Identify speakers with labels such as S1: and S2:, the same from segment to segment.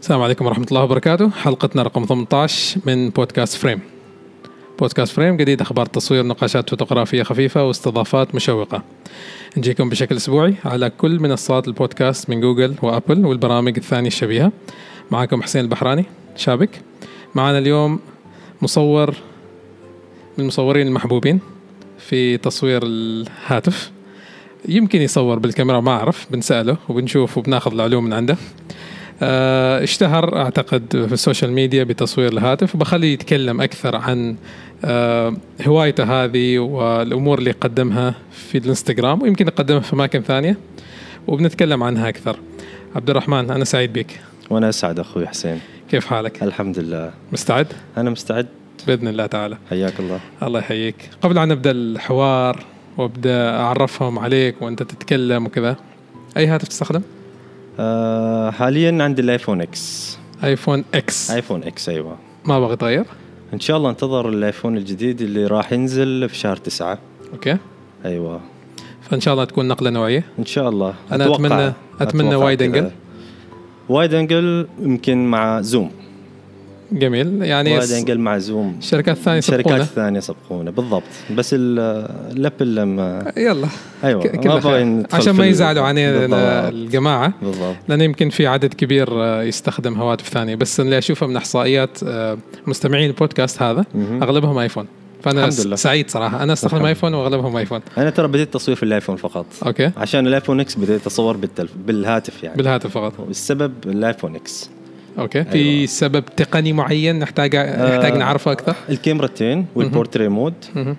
S1: السلام عليكم ورحمة الله وبركاته حلقتنا رقم 18 من بودكاست فريم بودكاست فريم جديد أخبار تصوير نقاشات فوتوغرافية خفيفة واستضافات مشوقة نجيكم بشكل أسبوعي على كل منصات البودكاست من جوجل وأبل والبرامج الثانية الشبيهة معكم حسين البحراني شابك معنا اليوم مصور من المصورين المحبوبين في تصوير الهاتف يمكن يصور بالكاميرا ما أعرف بنسأله وبنشوف وبناخذ العلوم من عنده آه، اشتهر اعتقد في السوشيال ميديا بتصوير الهاتف وبخليه يتكلم اكثر عن آه، هوايته هذه والامور اللي قدمها في الانستغرام ويمكن يقدمها في اماكن ثانيه وبنتكلم عنها اكثر. عبد الرحمن انا سعيد بك،
S2: وانا اسعد اخوي حسين
S1: كيف حالك؟
S2: الحمد لله
S1: مستعد؟
S2: انا مستعد
S1: باذن الله تعالى.
S2: حياك الله
S1: الله يحييك. قبل ان نبدا الحوار وابدا اعرفهم عليك وانت تتكلم وكذا اي هاتف تستخدم؟
S2: آه حاليا عندي الايفون اكس
S1: ايفون اكس
S2: ايفون اكس ايوه
S1: ما بغيت اغير
S2: ان شاء الله انتظر الايفون الجديد اللي راح ينزل في شهر تسعة
S1: اوكي
S2: ايوه
S1: فان شاء الله تكون نقله نوعيه
S2: ان شاء الله
S1: أنا
S2: أتوقع-
S1: أتمنى- أتمنى
S2: أتوقع
S1: وايد
S2: كذا.
S1: أنجل.
S2: وايد انجل يمكن مع زوم
S1: جميل يعني
S2: وايد انجل مع زوم
S1: الشركات الثانيه
S2: شركات
S1: يسبقونه
S2: ثانيه سبقونا بالضبط بس ال- الابل لما
S1: يلا
S2: ايوه
S1: ك-
S2: ما
S1: كله
S2: أبغى
S1: خير.
S2: ندخل
S1: عشان
S2: في
S1: ما
S2: ال-
S1: يزعلوا علينا
S2: بالضبط.
S1: الجماعه
S2: بالضبط
S1: لان يمكن في عدد كبير آه، يستخدم هواتف ثانيه بس اللي اشوفه من احصائيات آه، مستمعين البودكاست هذا
S2: مهم.
S1: اغلبهم ايفون فانا
S2: الحمد
S1: س-
S2: لله.
S1: سعيد صراحه انا استخدم
S2: الحمد.
S1: ايفون واغلبهم ايفون
S2: انا ترى بديت تصوير في الايفون فقط
S1: اوكي
S2: عشان الايفون اكس بديت اصور بالتلف... بالهاتف يعني
S1: بالهاتف فقط
S2: السبب الايفون اكس
S1: اوكي في
S2: أيوة. آه،
S1: سبب تقني معين نحتاج نحتاج نعرفه اكثر
S2: الكاميرتين والبورتري مود
S1: مهم.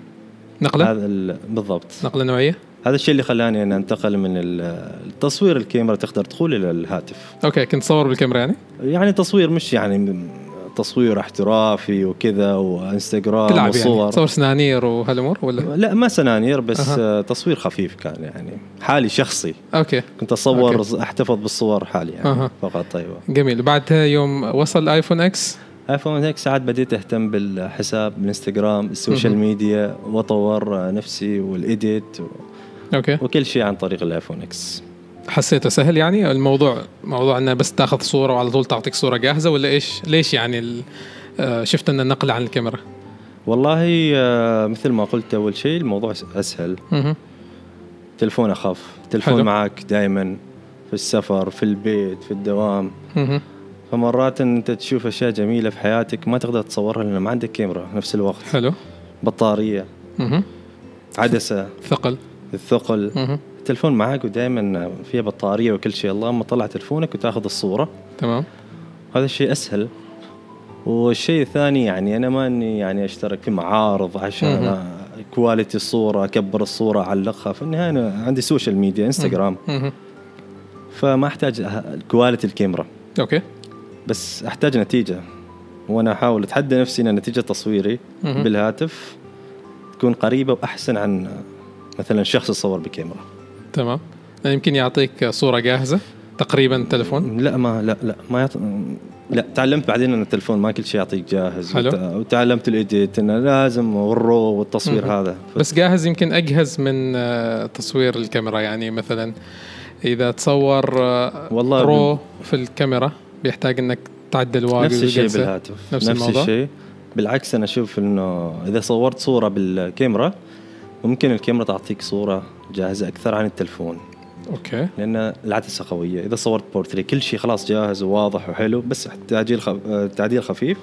S1: نقله
S2: هذا ال... بالضبط
S1: نقله نوعيه
S2: هذا الشيء اللي خلاني انا انتقل من ال- التصوير الكاميرا تقدر تدخل الى الهاتف
S1: اوكي كنت صور بالكاميرا يعني
S2: يعني تصوير مش يعني م- تصوير احترافي وكذا وانستغرام
S1: تلعب
S2: وصور
S1: يعني صور سنانير وهالامور ولا
S2: لا ما سنانير بس
S1: أها.
S2: آه، تصوير خفيف كان يعني حالي شخصي
S1: اوكي
S2: كنت اصور
S1: أوكي.
S2: احتفظ بالصور حالي يعني
S1: أها.
S2: فقط ايوه
S1: جميل بعدها يوم وصل ايفون اكس
S2: ايفون هيك ساعات بديت اهتم بالحساب الانستغرام السوشيال
S1: مهم.
S2: ميديا واطور نفسي والايديت و-
S1: اوكي
S2: وكل شيء عن طريق الايفون اكس
S1: حسيته سهل يعني الموضوع موضوع انه بس تاخذ صوره وعلى طول تعطيك صوره جاهزه ولا ايش ليش يعني ال- آه، شفت انه نقل عن الكاميرا
S2: والله آه، مثل ما قلت اول شيء الموضوع س- اسهل
S1: مهم.
S2: تلفون اخف تلفون
S1: حلو.
S2: معك دائما في السفر في البيت في الدوام
S1: مهم.
S2: فمرات إن انت تشوف اشياء جميله في حياتك ما تقدر تصورها لان ما عندك كاميرا في نفس الوقت
S1: حلو
S2: بطاريه
S1: مهم.
S2: عدسه
S1: ثقل
S2: الثقل
S1: مهم.
S2: التلفون معك ودائما فيها بطاريه وكل شيء اللهم طلع تلفونك وتاخذ الصوره
S1: تمام
S2: هذا الشيء اسهل والشيء الثاني يعني انا ما اني يعني اشترك في معارض عشان كواليتي الصوره اكبر الصوره اعلقها في النهايه انا عندي سوشيال ميديا انستغرام
S1: مهم.
S2: فما احتاج أه- كواليتي الكاميرا
S1: اوكي
S2: بس احتاج نتيجه وانا احاول اتحدى نفسي ان نتيجه تصويري
S1: مهم.
S2: بالهاتف تكون قريبه واحسن عن مثلا شخص يصور بكاميرا
S1: تمام لأن يمكن يعطيك صوره جاهزه تقريبا تلفون
S2: لا ما لا لا ما يط... لا تعلمت بعدين ان التلفون ما كل شيء يعطيك جاهز
S1: حلو.
S2: وت... وتعلمت الايديت انه لازم والرو والتصوير
S1: مهم.
S2: هذا
S1: بس جاهز يمكن اجهز من آه، تصوير الكاميرا يعني مثلا اذا تصور آه،
S2: والله
S1: رو في الكاميرا بيحتاج انك تعدل واجد
S2: نفس الشيء
S1: والجلسة.
S2: بالهاتف
S1: نفس الموضوع؟
S2: الشيء بالعكس انا اشوف انه اذا صورت صوره بالكاميرا ممكن الكاميرا تعطيك صوره جاهزه اكثر عن التلفون
S1: اوكي
S2: لان العدسه قويه اذا صورت بورتري كل شيء خلاص جاهز وواضح وحلو بس تعديل خف... آه، تعديل خفيف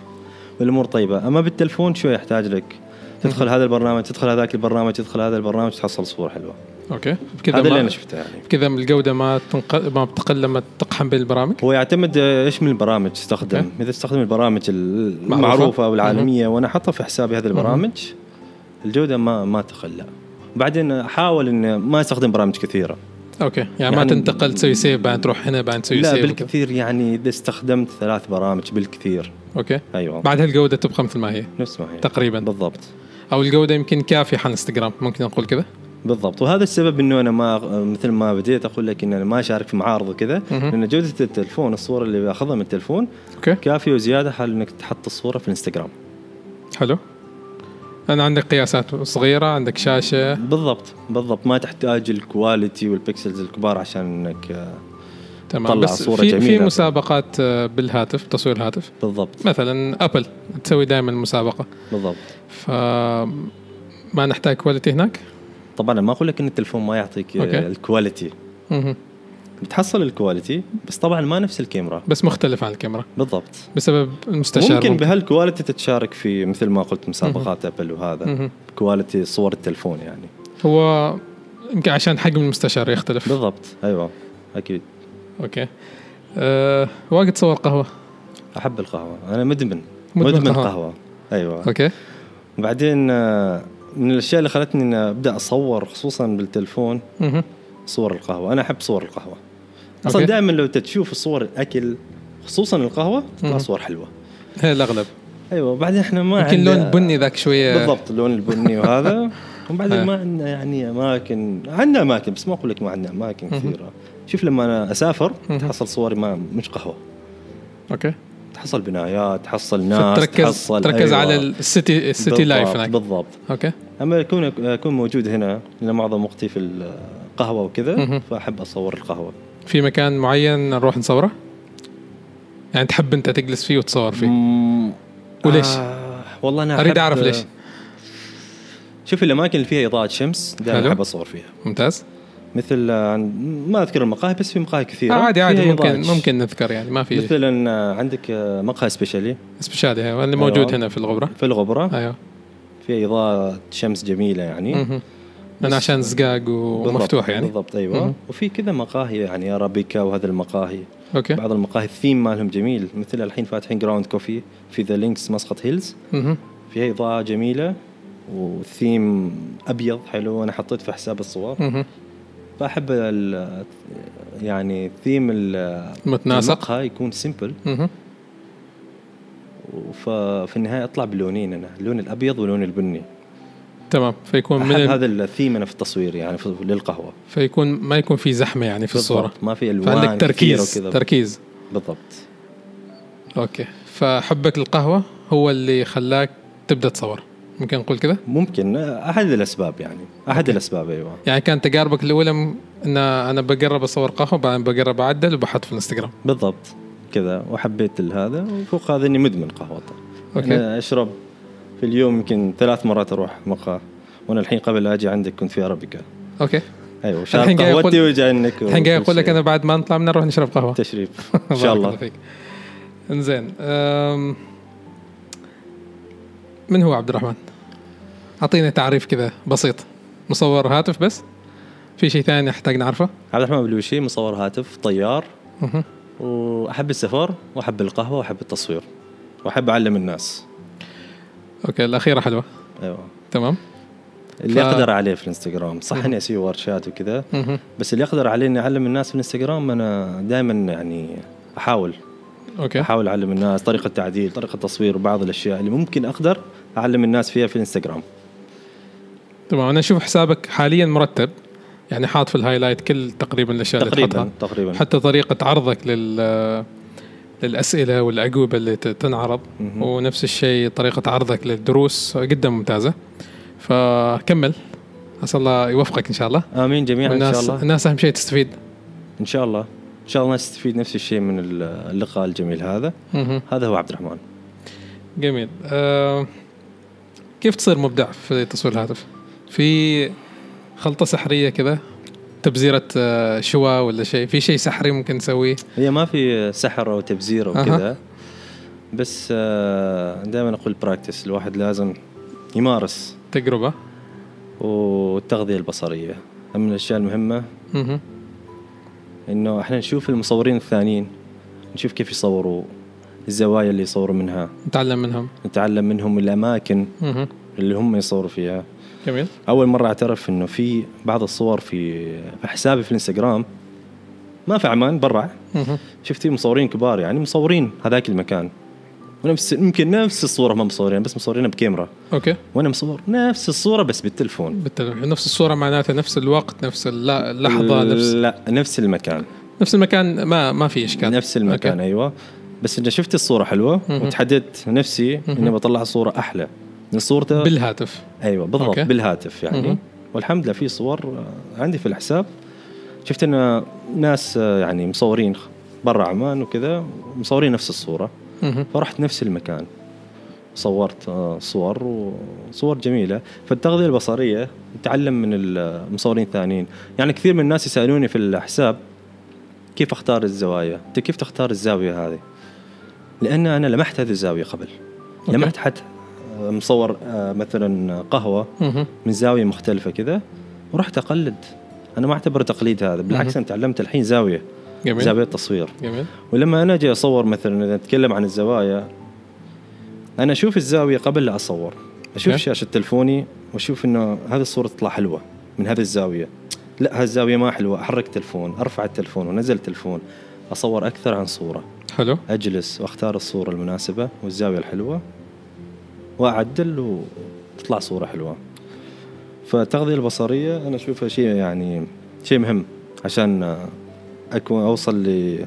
S2: والامور طيبه اما بالتلفون شوي يحتاج لك تدخل هذا البرنامج تدخل هذاك البرنامج تدخل هذا البرنامج تحصل صوره حلوه
S1: اوكي بكذا
S2: هذا اللي
S1: ما-
S2: انا شفته يعني
S1: كذا من الجوده ما تنق... ما بتقل لما تقحم بين البرامج
S2: هو يعتمد آه، ايش من البرامج تستخدم
S1: أوكي.
S2: اذا تستخدم البرامج ال- المعروفه او العالميه وانا احطها في حسابي هذه البرامج الجوده ما ما تخلى بعدين احاول ان ما استخدم برامج كثيره
S1: اوكي يعني, ما
S2: يعني-
S1: تنتقل تسوي سيف بعدين تروح هنا بعدين تسوي
S2: لا
S1: سيف وكذا.
S2: بالكثير يعني اذا استخدمت ثلاث برامج بالكثير
S1: اوكي
S2: ايوه
S1: بعدها الجوده تبقى مثل ما هي
S2: نفس ما هي
S1: تقريبا
S2: يعني. بالضبط
S1: او الجوده يمكن كافيه على انستغرام ممكن نقول كذا
S2: بالضبط وهذا السبب انه انا ما مثل ما بديت اقول لك ان انا ما اشارك في معارض وكذا
S1: مهم.
S2: لان جوده التلفون الصوره اللي باخذها من التلفون
S1: اوكي
S2: كافيه وزياده حال انك تحط الصوره في الانستغرام
S1: حلو انا عندك قياسات صغيره عندك شاشه
S2: بالضبط بالضبط ما تحتاج الكواليتي والبكسلز الكبار عشان انك آه،
S1: تمام
S2: تطلع
S1: بس
S2: صورة
S1: في
S2: جميلة.
S1: في مسابقات آه، بالهاتف تصوير الهاتف
S2: بالضبط
S1: مثلا ابل تسوي دائما مسابقه
S2: بالضبط
S1: ف ما نحتاج كواليتي هناك
S2: طبعا أنا ما اقول لك ان التلفون ما يعطيك
S1: أوكي.
S2: آه، الكواليتي
S1: مهم.
S2: بتحصل الكواليتي بس طبعا ما نفس الكاميرا
S1: بس مختلف عن الكاميرا
S2: بالضبط
S1: بسبب المستشار
S2: ممكن بهالكواليتي تتشارك في مثل ما قلت مسابقات ابل وهذا
S1: مهم.
S2: كواليتي صور التلفون يعني
S1: هو يمكن عشان حجم المستشار يختلف
S2: بالضبط ايوه اكيد
S1: اوكي أه واجد صور قهوه
S2: احب القهوه انا مدمن
S1: مدمن
S2: مدمن,
S1: قهوة.
S2: قهوة. ايوه
S1: اوكي
S2: وبعدين آه، من الاشياء اللي خلتني اني ابدا اصور خصوصا بالتلفون
S1: مهم.
S2: صور القهوه انا احب صور القهوه اصلا
S1: أوكي.
S2: دائما لو تشوف صور الاكل خصوصا القهوه
S1: مهم.
S2: تطلع صور حلوه
S1: هي الاغلب
S2: ايوه وبعدين احنا ما
S1: يمكن
S2: عندنا-
S1: لون بني ذاك شويه
S2: بالضبط اللون البني وهذا
S1: آه.
S2: وبعدين ما عندنا يعني اماكن عندنا اماكن بس ما اقول لك ما عندنا اماكن
S1: مهم.
S2: كثيره شوف لما انا اسافر
S1: مهم.
S2: تحصل صوري ما مش قهوه
S1: اوكي
S2: تحصل بنايات تحصل ناس
S1: فتركز
S2: تحصل أيوة.
S1: تركز على السيتي السيتي لايف
S2: بالضبط-
S1: هناك
S2: بالضبط
S1: اوكي
S2: اما اكون اكون موجود هنا لان معظم وقتي في القهوه
S1: مهم.
S2: وكذا فاحب اصور القهوه
S1: في مكان معين نروح نصوره يعني تحب انت تجلس فيه وتصور فيه
S2: مم.
S1: وليش؟
S2: آه والله انا
S1: اريد
S2: أحب-
S1: اعرف ليش
S2: شوف الاماكن اللي فيها اضاءه شمس دائما
S1: حلو.
S2: احب اصور فيها
S1: ممتاز
S2: مثل آه، ما اذكر المقاهي بس في مقاهي
S1: آه
S2: كثيره
S1: عادي عادي
S2: فيها
S1: ممكن
S2: إضاءة
S1: ممكن نذكر يعني ما في
S2: مثلا آه، عندك آه، مقهى سبيشالي
S1: سبيشالي هاي يعني، اللي موجود
S2: أيوة.
S1: هنا في الغبره
S2: في الغبره
S1: ايوه
S2: في اضاءه شمس جميله يعني
S1: مهم. لان عشان زقاق
S2: بالضبط،
S1: ومفتوح يعني
S2: بالضبط ايوه
S1: مهم.
S2: وفي كذا مقاهي يعني ارابيكا وهذا المقاهي
S1: اوكي
S2: بعض المقاهي الثيم مالهم جميل مثل الحين فاتحين جراوند كوفي في ذا لينكس مسقط هيلز
S1: مهم.
S2: فيها اضاءه جميله والثيم ابيض حلو انا حطيت في حساب الصور
S1: مهم.
S2: فاحب ال- يعني ثيم ال-
S1: متناسق
S2: المقهى يكون سيمبل
S1: مهم.
S2: ففي النهايه اطلع بلونين انا اللون الابيض واللون البني
S1: تمام فيكون
S2: أحب
S1: من ال...
S2: هذا الثيم انا في التصوير يعني في للقهوه
S1: فيكون ما يكون في زحمه يعني في الصوره
S2: بالضبط، ما في الوان
S1: فعندك تركيز
S2: تركيز
S1: تركيز
S2: بالضبط
S1: اوكي فحبك للقهوه هو اللي خلاك تبدا تصور ممكن نقول كذا
S2: ممكن احد الاسباب يعني احد الاسباب ايوه
S1: يعني كانت تجاربك الاولى م... ان انا بقرب اصور قهوه بعدين بقرب اعدل وبحط في الانستغرام
S2: بالضبط كذا وحبيت ال- هذا وفوق هذا اني مدمن قهوه
S1: أوكي.
S2: اوكي أنا اشرب في اليوم يمكن ثلاث مرات اروح مقهى وانا الحين قبل اجي عندك كنت في ارابيكا
S1: اوكي
S2: ايوه شارب
S1: الحين جاي يقول-
S2: قهوتي وجاي عندك
S1: الحين جاي
S2: وكل
S1: اقول لك
S2: شيء.
S1: انا بعد ما نطلع من نروح نشرب قهوه
S2: تشريف ان شاء
S1: بارك
S2: الله
S1: فيك انزين أم... من هو عبد الرحمن؟ اعطينا تعريف كذا بسيط مصور هاتف بس في شيء ثاني نحتاج نعرفه؟
S2: عبد الرحمن بلوشي مصور هاتف طيار
S1: مهم.
S2: واحب السفر واحب القهوه واحب التصوير واحب اعلم الناس
S1: اوكي الاخيره حلوه
S2: ايوه
S1: تمام
S2: اللي
S1: ف-
S2: اقدر عليه في الانستغرام صح اني اسوي ورشات وكذا
S1: مهم.
S2: بس اللي اقدر عليه اني اعلم الناس في الانستغرام انا دائما يعني احاول
S1: اوكي
S2: احاول اعلم الناس طريقه تعديل طريقه تصوير وبعض الاشياء اللي ممكن اقدر اعلم الناس فيها في الانستغرام
S1: تمام انا اشوف حسابك حاليا مرتب يعني حاط في الهايلايت كل تقريبا الاشياء اللي
S2: تقريبا
S1: تحطها
S2: تقريبا
S1: حتى طريقه عرضك لل للاسئله والاجوبه اللي ت- تنعرض
S2: مهم.
S1: ونفس الشيء طريقه عرضك للدروس جدا ممتازه فكمل عسى الله يوفقك ان شاء الله
S2: امين جميعا ان
S1: والناس
S2: شاء الله
S1: الناس اهم شيء تستفيد
S2: ان شاء الله ان شاء الله نستفيد نفس الشيء من اللقاء الجميل هذا
S1: مهم.
S2: هذا هو عبد الرحمن
S1: جميل أه كيف تصير مبدع في تصوير الهاتف؟ في خلطه سحريه كذا تبزيره آه، شواء ولا شيء في شيء سحري ممكن نسويه
S2: هي ما في سحر او تبزير او
S1: أها.
S2: كذا بس آه، دائما اقول براكتس الواحد لازم يمارس
S1: تجربه
S2: والتغذيه البصريه من الاشياء المهمه
S1: مهم.
S2: انه احنا نشوف المصورين الثانيين نشوف كيف يصوروا الزوايا اللي يصوروا منها
S1: نتعلم منهم
S2: نتعلم منهم الاماكن
S1: مهم.
S2: اللي هم يصوروا فيها
S1: جميل
S2: اول مره اعترف انه في بعض الصور في في حسابي في الانستغرام ما في عمان برا
S1: مهم.
S2: شفتي مصورين كبار يعني مصورين هذاك المكان ونفس يمكن نفس الصوره ما مصورين بس مصورينها بكاميرا
S1: اوكي
S2: وانا مصور نفس الصوره بس بالتلفون
S1: بالتلفون نفس الصوره معناتها نفس الوقت نفس الل-
S2: أه.
S1: اللحظه نفس
S2: لا نفس المكان
S1: نفس المكان ما ما في اشكال
S2: نفس المكان
S1: أوكي.
S2: ايوه بس انا شفت الصوره حلوه
S1: مهم.
S2: وتحددت نفسي اني بطلع صوره احلى من صورته
S1: بالهاتف
S2: ايوه بالضبط
S1: أوكي.
S2: بالهاتف يعني
S1: مهم.
S2: والحمد لله في صور آه، عندي في الحساب شفت ان ناس آه، يعني مصورين خ- برا عمان وكذا مصورين نفس الصوره
S1: مهم.
S2: فرحت نفس المكان صورت آه، صور وصور جميله فالتغذيه البصريه نتعلم من المصورين الثانيين يعني كثير من الناس يسالوني في الحساب كيف اختار الزوايا انت كيف تختار الزاويه هذه لان انا لمحت هذه الزاويه قبل
S1: أوكي.
S2: لمحت حتى آه، مصور آه، مثلا قهوه
S1: مهم.
S2: من زاويه مختلفه كذا ورحت اقلد انا ما اعتبره تقليد هذا بالعكس انا تعلمت الحين زاويه
S1: جميل
S2: زاويه تصوير
S1: جميل
S2: ولما انا اجي اصور مثلا اذا نتكلم عن الزوايا انا اشوف الزاويه قبل لا اصور اشوف
S1: أوكي.
S2: شاشه تلفوني واشوف انه هذه الصوره تطلع حلوه من هذه الزاويه لا هالزاويه ما حلوه احرك تلفون ارفع التلفون وانزل التلفون اصور اكثر عن صوره
S1: حلو
S2: اجلس واختار الصوره المناسبه والزاويه الحلوه واعدل وتطلع صوره حلوه فالتغذيه البصريه انا اشوفها شيء يعني شيء مهم عشان اكون اوصل ل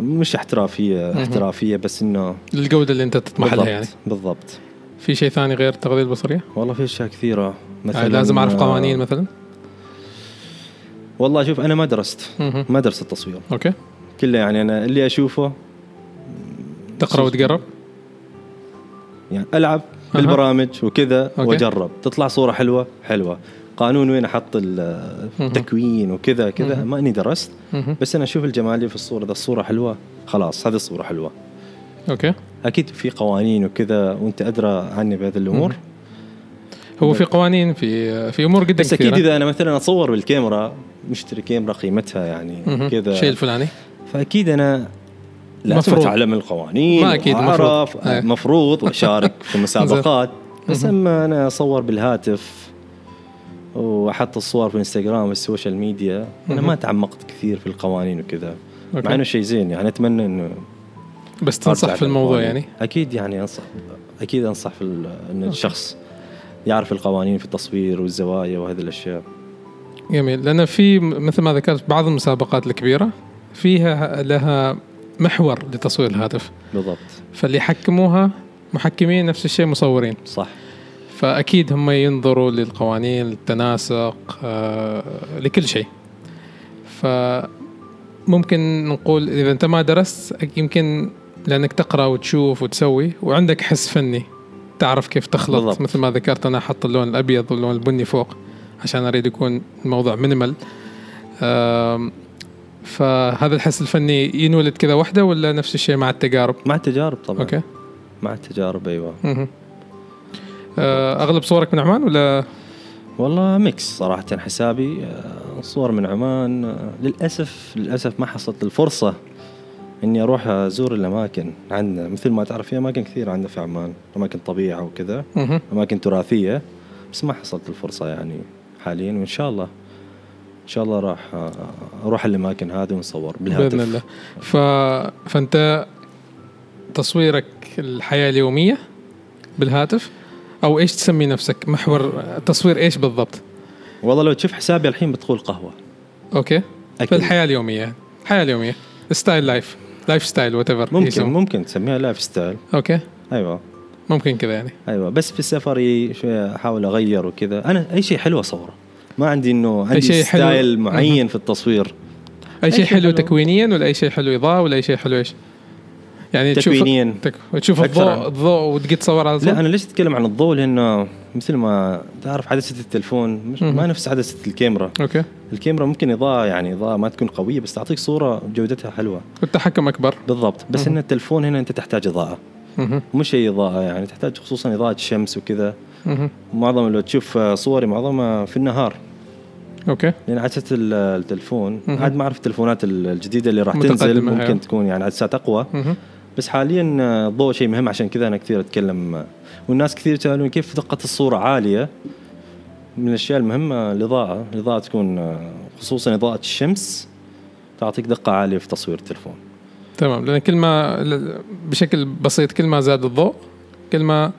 S2: مش احترافيه احترافيه بس انه
S1: الجوده اللي انت تطمح
S2: بالضبط
S1: لها يعني
S2: بالضبط
S1: في شيء ثاني غير التغذيه البصريه؟
S2: والله في اشياء كثيره
S1: آه، لازم اعرف
S2: آه،
S1: قوانين مثلا
S2: والله شوف انا ما درست
S1: مهم.
S2: ما درست التصوير
S1: اوكي
S2: كله يعني انا اللي اشوفه
S1: تقرا وتقرب
S2: يعني العب بالبرامج وكذا
S1: أوكي.
S2: واجرب تطلع صوره حلوه حلوه قانون وين احط ال-
S1: مهم.
S2: التكوين وكذا كذا ما اني درست
S1: مهم.
S2: بس انا اشوف الجمالي في الصوره اذا الصوره حلوه خلاص هذه الصوره حلوه
S1: اوكي
S2: اكيد في قوانين وكذا وانت ادرى عني بهذه الامور
S1: هو في قوانين في في امور جدا
S2: بس اكيد
S1: كثيره
S2: اذا انا مثلا اصور بالكاميرا مشتري كاميرا قيمتها يعني
S1: مهم. الشيء
S2: كذا
S1: الفلاني
S2: فاكيد انا لازم
S1: مفروض.
S2: اتعلم القوانين
S1: ما أكيد، مفروض.
S2: واعرف
S1: إيه.
S2: مفروض واشارك في مسابقات بس اما انا اصور بالهاتف واحط الصور في الانستغرام والسوشيال ميديا انا ما تعمقت كثير في القوانين وكذا
S1: أوكي.
S2: مع انه شيء زين يعني اتمنى انه
S1: بس تنصح
S2: أرجع
S1: في الموضوع
S2: للقوانين.
S1: يعني
S2: اكيد يعني انصح اكيد انصح في ال- ان الشخص يعرف القوانين في التصوير والزوايا وهذه الاشياء
S1: جميل لان في م- مثل ما ذكرت بعض المسابقات الكبيره فيها لها محور لتصوير الهاتف
S2: بالضبط
S1: فاللي يحكموها محكمين نفس الشيء مصورين
S2: صح
S1: فاكيد هم ينظروا للقوانين للتناسق آه، لكل شيء فممكن نقول اذا انت ما درست يمكن لانك تقرا وتشوف وتسوي وعندك حس فني تعرف كيف تخلط بالضبط.
S2: بالضبط.
S1: مثل ما ذكرت انا احط اللون الابيض واللون البني فوق عشان اريد يكون الموضوع مينيمال آم، فهذا الحس الفني ينولد كذا وحده ولا نفس الشيء مع التجارب؟
S2: مع التجارب طبعا
S1: اوكي
S2: مع التجارب ايوه
S1: مهم. آه، اغلب صورك من عمان ولا
S2: والله ميكس صراحة حسابي آه، صور من عمان آه، للأسف للأسف ما حصلت الفرصة إني أروح أزور الأماكن عندنا مثل ما تعرف في أماكن كثير عندنا في عمان أماكن طبيعة وكذا
S1: مهم.
S2: أماكن تراثية بس ما حصلت الفرصة يعني حاليا وإن شاء الله إن شاء الله راح آه، أروح الأماكن هذه ونصور بالهاتف
S1: باذن الله ف... فانت تصويرك الحياه اليوميه بالهاتف او ايش تسمي نفسك محور تصوير ايش بالضبط
S2: والله لو تشوف حسابي الحين بتقول قهوة
S1: اوكي
S2: أكيد.
S1: فالحياه اليوميه الحياه اليوميه ستايل لايف لايف ستايل وات ايفر
S2: ممكن ممكن تسميها لايف ستايل
S1: اوكي
S2: أيوه
S1: ممكن كذا يعني
S2: ايوه بس في السفري شويه احاول اغير وكذا انا اي شيء حلو اصوره ما عندي انه عندي
S1: شيء
S2: شيء
S1: حلو.
S2: ستايل معين في التصوير
S1: اي شيء
S2: شيء
S1: حلو
S2: حلو.
S1: تكوينيا ولا اي شيء حلو اضاءه ولا اي شيء حلو ايش يعني تشوف-
S2: تكوينياً.
S1: تك... تشوف
S2: أكثر
S1: الضوء
S2: عن-
S1: الضوء وتجي تصور على طول
S2: لا انا ليش اتكلم عن الضوء لانه مثل ما تعرف عدسه التلفون مش ما نفس عدسه الكاميرا
S1: اوكي
S2: الكاميرا ممكن اضاءه يعني اضاءه ما تكون قويه بس تعطيك صوره جودتها حلوه
S1: والتحكم اكبر
S2: بالضبط بس ان التلفون هنا انت تحتاج اضاءه
S1: مهم.
S2: مش اي اضاءه يعني تحتاج خصوصا اضاءه الشمس وكذا
S1: مهم.
S2: معظم لو تشوف آه، صوري معظمها في النهار
S1: اوكي
S2: لان عدسه يعني ال- التلفون
S1: مهم.
S2: عاد ما اعرف التلفونات ال- الجديده اللي راح تنزل
S1: متقدمة، أيوة.
S2: ممكن تكون يعني عدسات اقوى
S1: مهم.
S2: بس حاليا آه، الضوء شيء مهم عشان كذا انا كثير اتكلم آه، والناس كثير يسالوني كيف دقه الصوره عاليه من الاشياء المهمه الاضاءه الاضاءه تكون آه، خصوصا اضاءه الشمس تعطيك دقه عاليه في تصوير التلفون
S1: تمام لان كل ما ل- بشكل بسيط كل ما زاد الضوء كل ما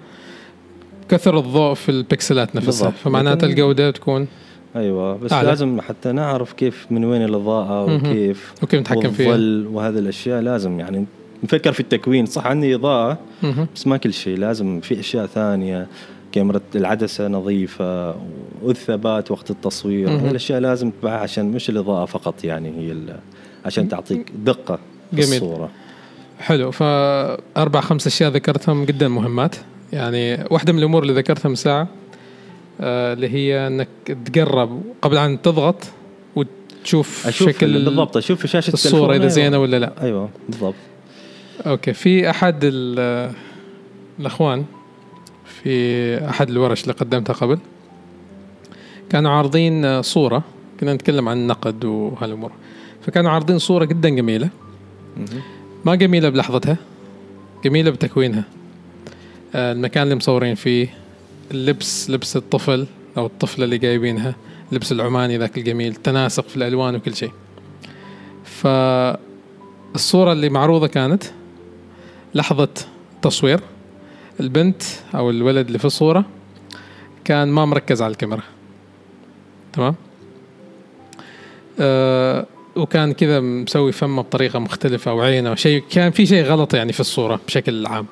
S1: كثر الضوء في البكسلات نفسها
S2: بالضبط.
S1: فمعناته
S2: لكن-
S1: الجوده تكون
S2: ايوه بس
S1: أعلى.
S2: أعلى. لازم حتى نعرف كيف من وين الاضاءه
S1: مهم.
S2: وكيف
S1: وكيف نتحكم فيها.
S2: والظل وهذه الاشياء لازم يعني نفكر في التكوين صح عندي اضاءه
S1: مهم.
S2: بس ما كل شيء لازم في اشياء ثانيه كاميرا العدسه نظيفه والثبات وقت التصوير
S1: مهم.
S2: الاشياء لازم تتبعها عشان مش الاضاءه فقط يعني هي ال- عشان تعطيك دقه في
S1: جميل.
S2: الصوره
S1: حلو فاربع خمس اشياء ذكرتهم جدا مهمات يعني واحده من الامور اللي ذكرتها من ساعه آه، اللي هي انك تقرب قبل ان تضغط وتشوف
S2: اشوف
S1: شكل
S2: بالضبط اشوف في شاشه
S1: الصوره اذا
S2: التلفون، أيوة.
S1: زينه ولا لا
S2: ايوه بالضبط
S1: اوكي في احد ال- الاخوان في احد الورش اللي قدمتها قبل كانوا عارضين صوره كنا نتكلم عن النقد وهالامور فكانوا عارضين صوره جدا جميله
S2: مهم.
S1: ما جميله بلحظتها جميله بتكوينها آه، المكان اللي مصورين فيه اللبس لبس الطفل او الطفله اللي جايبينها اللبس العماني ذاك الجميل تناسق في الالوان وكل شيء فالصوره اللي معروضه كانت لحظه تصوير البنت او الولد اللي في الصوره كان ما مركز على الكاميرا تمام آه وكان كذا مسوي فمه بطريقه مختلفه او عينه شيء كان في شيء غلط يعني في الصوره بشكل عام